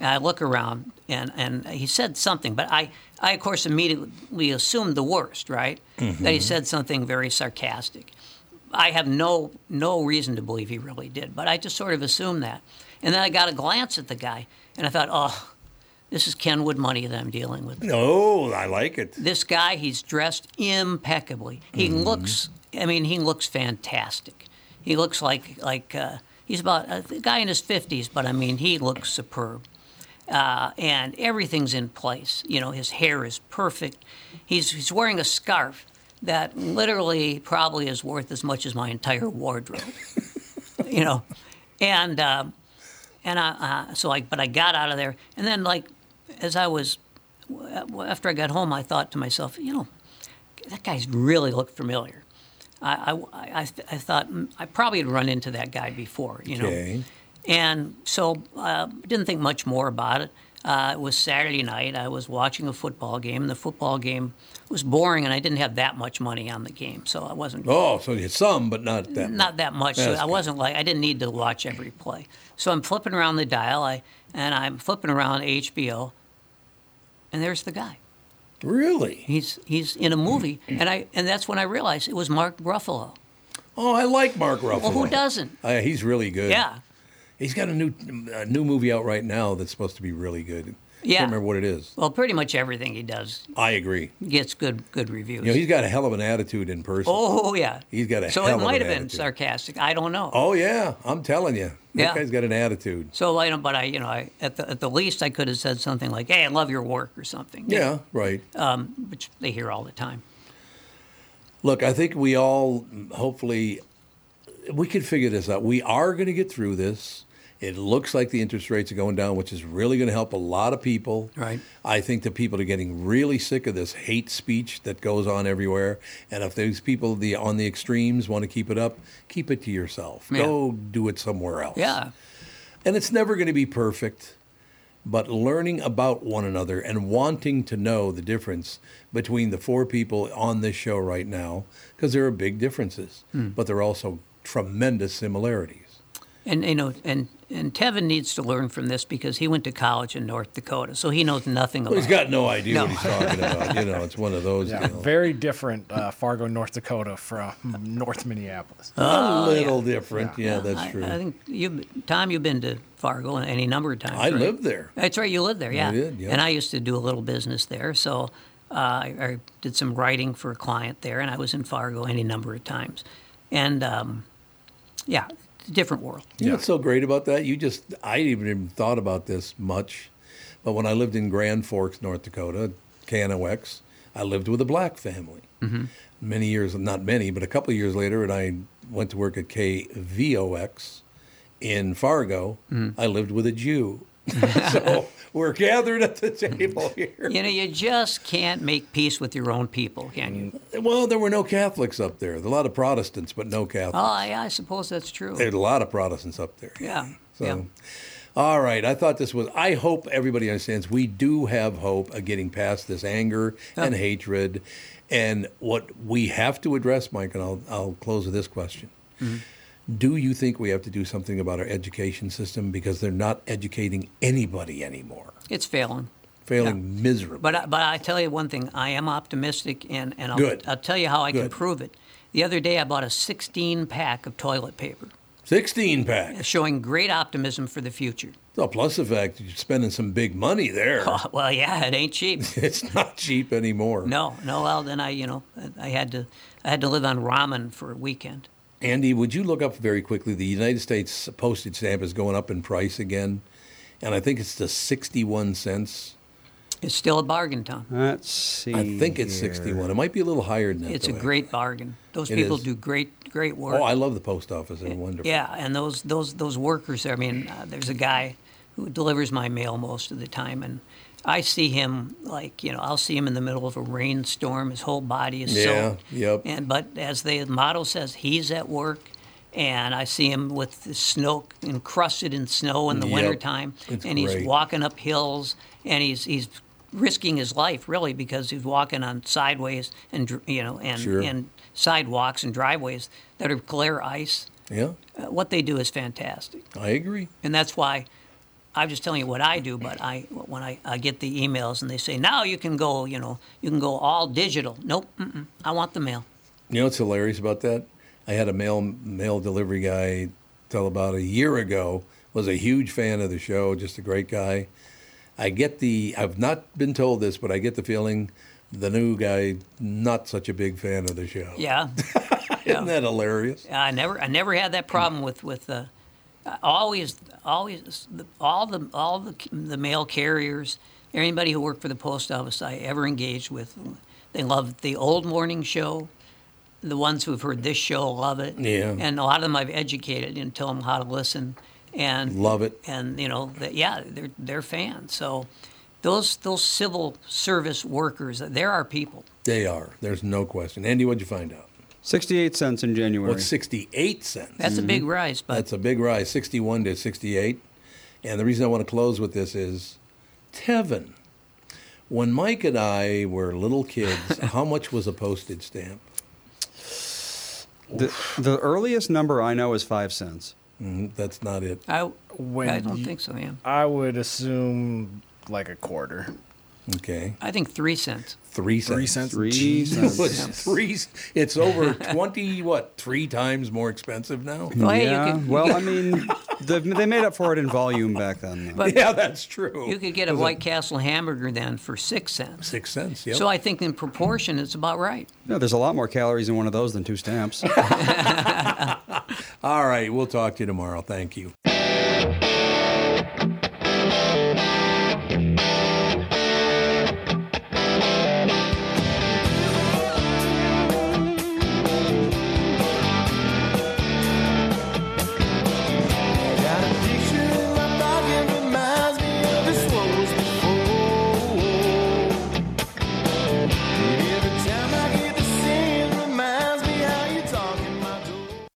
Speaker 1: And I look around, and and he said something, but I I of course immediately assumed the worst, right? That he
Speaker 11: Mhm.
Speaker 1: said something very sarcastic. I have no no reason to believe he really did, but I just sort of assumed that. And then I got a glance at the guy, and I thought, oh, this is Kenwood money that I'm dealing with.
Speaker 2: No, Oh, I like it.
Speaker 1: This guy, he's dressed impeccably. He
Speaker 2: Mhm.
Speaker 1: looks, I mean, he looks fantastic. He looks like like uh, he's about a th- guy in his fifties, but I mean, he looks superb. Uh, and everything's in place. You know, his hair is perfect. He's he's wearing a scarf that literally probably is worth as much as my entire wardrobe. you know, and um, and I uh, so I but I got out of there, and then like as I was w- after I got home, I thought to myself, you know, that guy really looked familiar. I, I, I, I thought mm, I probably had run into that guy before, you know.
Speaker 2: Okay.
Speaker 1: And so uh, didn't think much more about it. Uh, it was Saturday night. I was watching a football game. The football game was boring, and I didn't have that much money on the game, so I wasn't
Speaker 2: Oh, so it's some, but not that.
Speaker 1: not that much. So
Speaker 2: That's
Speaker 1: I
Speaker 2: good.
Speaker 1: wasn't like I didn't need to watch every play. So I'm flipping around the dial, I and I'm flipping around HBO, and there's the guy.
Speaker 2: Really?
Speaker 1: He's he's in a movie, and I and that's when I realized it was Mark Ruffalo.
Speaker 2: Oh, I like Mark Ruffalo.
Speaker 1: Well, who doesn't?
Speaker 2: Uh, he's really good.
Speaker 1: Yeah.
Speaker 2: He's got a new a new movie out right now that's supposed to be really good.
Speaker 1: Yeah.
Speaker 2: Can't remember what it is.
Speaker 1: Well, pretty much everything he does
Speaker 2: I agree.
Speaker 1: gets good good reviews.
Speaker 2: You know, he's got a hell of an attitude in person.
Speaker 1: Oh yeah.
Speaker 2: He's got a
Speaker 1: so
Speaker 2: hell
Speaker 1: it
Speaker 2: of
Speaker 1: might
Speaker 2: an
Speaker 1: have been
Speaker 2: attitude.
Speaker 1: sarcastic. I don't know.
Speaker 2: Oh yeah, I'm telling you, that
Speaker 1: Yeah.
Speaker 2: guy's got an attitude.
Speaker 1: So I don't. But I, you know, I at the at the least I could have said something like, "Hey, I love your work" or something. you
Speaker 2: Yeah,
Speaker 1: know,
Speaker 2: right.
Speaker 1: Um, which they hear all the time.
Speaker 2: Look, I think we all hopefully we could figure this out. We are going to get through this. It looks like the interest rates are going down, which is really going to help a lot of people.
Speaker 1: Right.
Speaker 2: I think the people are getting really sick of this hate speech that goes on everywhere. And if those people the on the extremes want to keep it up, keep it to yourself.
Speaker 1: Yeah.
Speaker 2: Go do it somewhere else.
Speaker 1: Yeah.
Speaker 2: And it's never going to be perfect, but learning about one another and wanting to know the difference between the four people on this show right now, because there are big differences,
Speaker 1: Hmm.
Speaker 2: but there are also tremendous similarities.
Speaker 1: And you know, and and Tevin needs to learn from this because he went to college in North Dakota, so he knows nothing
Speaker 2: Well,
Speaker 1: about.
Speaker 2: he's got no idea what he's talking about. You know, it's one of those.
Speaker 3: Yeah,
Speaker 2: deals.
Speaker 3: very different uh, Fargo, North Dakota from North Minneapolis.
Speaker 2: A little different. Yeah, that's
Speaker 1: I,
Speaker 2: true.
Speaker 1: I think you, Tom, you've been to Fargo any number of times.
Speaker 2: I
Speaker 1: right?
Speaker 2: lived there.
Speaker 1: That's right, you lived there.
Speaker 2: I
Speaker 1: Yeah,
Speaker 2: did, yeah.
Speaker 1: And I used to do a little business there, so uh, I, I did some writing for a client there, and I was in Fargo any number of times, and um, yeah, it's a different world.
Speaker 2: You know what's so great about that? You just, I didn't even thought about this much. But when I lived in Grand Forks, North Dakota, Canawex, I lived with a black family.
Speaker 11: Mhm.
Speaker 2: Many years, not many, but a couple of years later, and I went to work at KVOX in Fargo.
Speaker 1: Mhm.
Speaker 2: I lived with a Jew. so we're gathered at the table here.
Speaker 1: You know, you just can't make peace with your own people, can you?
Speaker 2: Well, there were no Catholics up there. There were a lot of Protestants, but no Catholics.
Speaker 1: Oh, yeah, I suppose that's true.
Speaker 2: There's a lot of Protestants up there.
Speaker 1: Oh. Yeah.
Speaker 2: So,
Speaker 1: Yeah.
Speaker 2: all right. I thought this was. I hope everybody understands we do have hope of getting past this anger and
Speaker 1: Yeah.
Speaker 2: hatred, and what we have to address, Mike. And I'll I'll close with this question:
Speaker 1: Mm-hmm.
Speaker 2: Do you think we have to do something about our education system because they're not educating anybody anymore,
Speaker 1: It's failing.
Speaker 2: failing miserably?
Speaker 1: But I, but I tell you one thing, I am optimistic, and and I'll,
Speaker 2: Good.
Speaker 1: I'll tell you how I can
Speaker 2: Good.
Speaker 1: prove it. The other day, I bought a 16 pack of toilet paper,
Speaker 2: Sixteen pack.
Speaker 1: showing great optimism for the future.
Speaker 2: Oh, plus the fact that you're spending some big money there.
Speaker 1: well, yeah, it ain't cheap.
Speaker 2: it's not cheap anymore.
Speaker 1: No, no. Well, then I, you know, I had to, I had to live on ramen for a weekend.
Speaker 2: Andy, would you look up very quickly? The United States postage stamp is going up in price again, and I think it's to 61 cents.
Speaker 1: It's still a bargain, Tom.
Speaker 4: Let's see.
Speaker 2: I think it's
Speaker 4: here.
Speaker 2: 61. It might be a little higher than that.
Speaker 1: It's a
Speaker 2: though, Andy.
Speaker 1: great bargain. Those
Speaker 2: It
Speaker 1: people
Speaker 2: is.
Speaker 1: do great, great work.
Speaker 2: Oh, I love the post office. They're wonderful.
Speaker 1: Yeah, and those those those workers. I mean, uh, there's a guy who delivers my mail most of the time, and I see him like you know I'll see him in the middle of a rainstorm. His whole body is
Speaker 2: Yeah,
Speaker 1: soaked.
Speaker 2: yep.
Speaker 1: And but as the motto says, he's at work. And I see him with the snow encrusted in snow in the
Speaker 2: Yep.
Speaker 1: wintertime,
Speaker 2: It's
Speaker 1: and he's
Speaker 2: great.
Speaker 1: walking up hills, and he's he's risking his life really because he's walking on sideways and dr- you know and
Speaker 2: Sure.
Speaker 1: and sidewalks and driveways that are glare ice
Speaker 2: Yeah,
Speaker 1: uh, what they do is fantastic,
Speaker 2: I agree.
Speaker 1: and that's why I'm just telling you what I do. But I when I, I get the emails and they say now you can go, you know, you can go all digital. Nope, mm-mm, I want the mail.
Speaker 2: You know what's hilarious about that? I had a mail mail delivery guy till about a year ago. Was a huge fan of the show. Just a great guy. I get the. I've not been told this, but I get the feeling the new guy not such a big fan of the show.
Speaker 1: Yeah,
Speaker 2: Isn't that hilarious?
Speaker 1: I never I never had that problem with with uh, I always always the, all the all the the mail carriers, anybody who worked for the post office I ever engaged with, they loved the old morning show. The ones who've heard this show love it.
Speaker 2: Yeah.
Speaker 1: And a lot of them I've educated and tell them how to listen. And
Speaker 2: Love it.
Speaker 1: And you know, that yeah, they're they're fans. So those those civil service workers, they're our people.
Speaker 2: They are. There's no question. Andy, what'd you find out?
Speaker 4: 68 cents in January.
Speaker 2: What's 68 cents?
Speaker 1: That's a big rise, but
Speaker 2: Mm-hmm. That's a big rise, 61 to 68. And the reason I want to close with this is Tevin. When Mike and I were little kids, how much was a postage stamp?
Speaker 4: The, the earliest number I know is five cents.
Speaker 2: that's not it.
Speaker 1: I,
Speaker 3: When
Speaker 1: I don't
Speaker 3: you-
Speaker 1: think so, yeah.
Speaker 3: I would assume like a quarter.
Speaker 2: Okay.
Speaker 1: I think three cents.
Speaker 2: Three cents.
Speaker 1: Three cents.
Speaker 2: Three
Speaker 1: Three
Speaker 2: cents.
Speaker 1: cents. Yeah.
Speaker 2: three. c- It's over twenty. What? Three times more expensive now.
Speaker 4: yeah. well, I mean, the, they made up for it in volume back then. though.
Speaker 2: yeah, that's true.
Speaker 1: You could get a
Speaker 2: Was it-
Speaker 1: White Castle hamburger then for six cents.
Speaker 2: Six cents. Yep.
Speaker 1: So I think in proportion, it's about right.
Speaker 4: No, there's a lot more calories in one of those than two stamps.
Speaker 2: All right. We'll talk to you tomorrow. Thank you.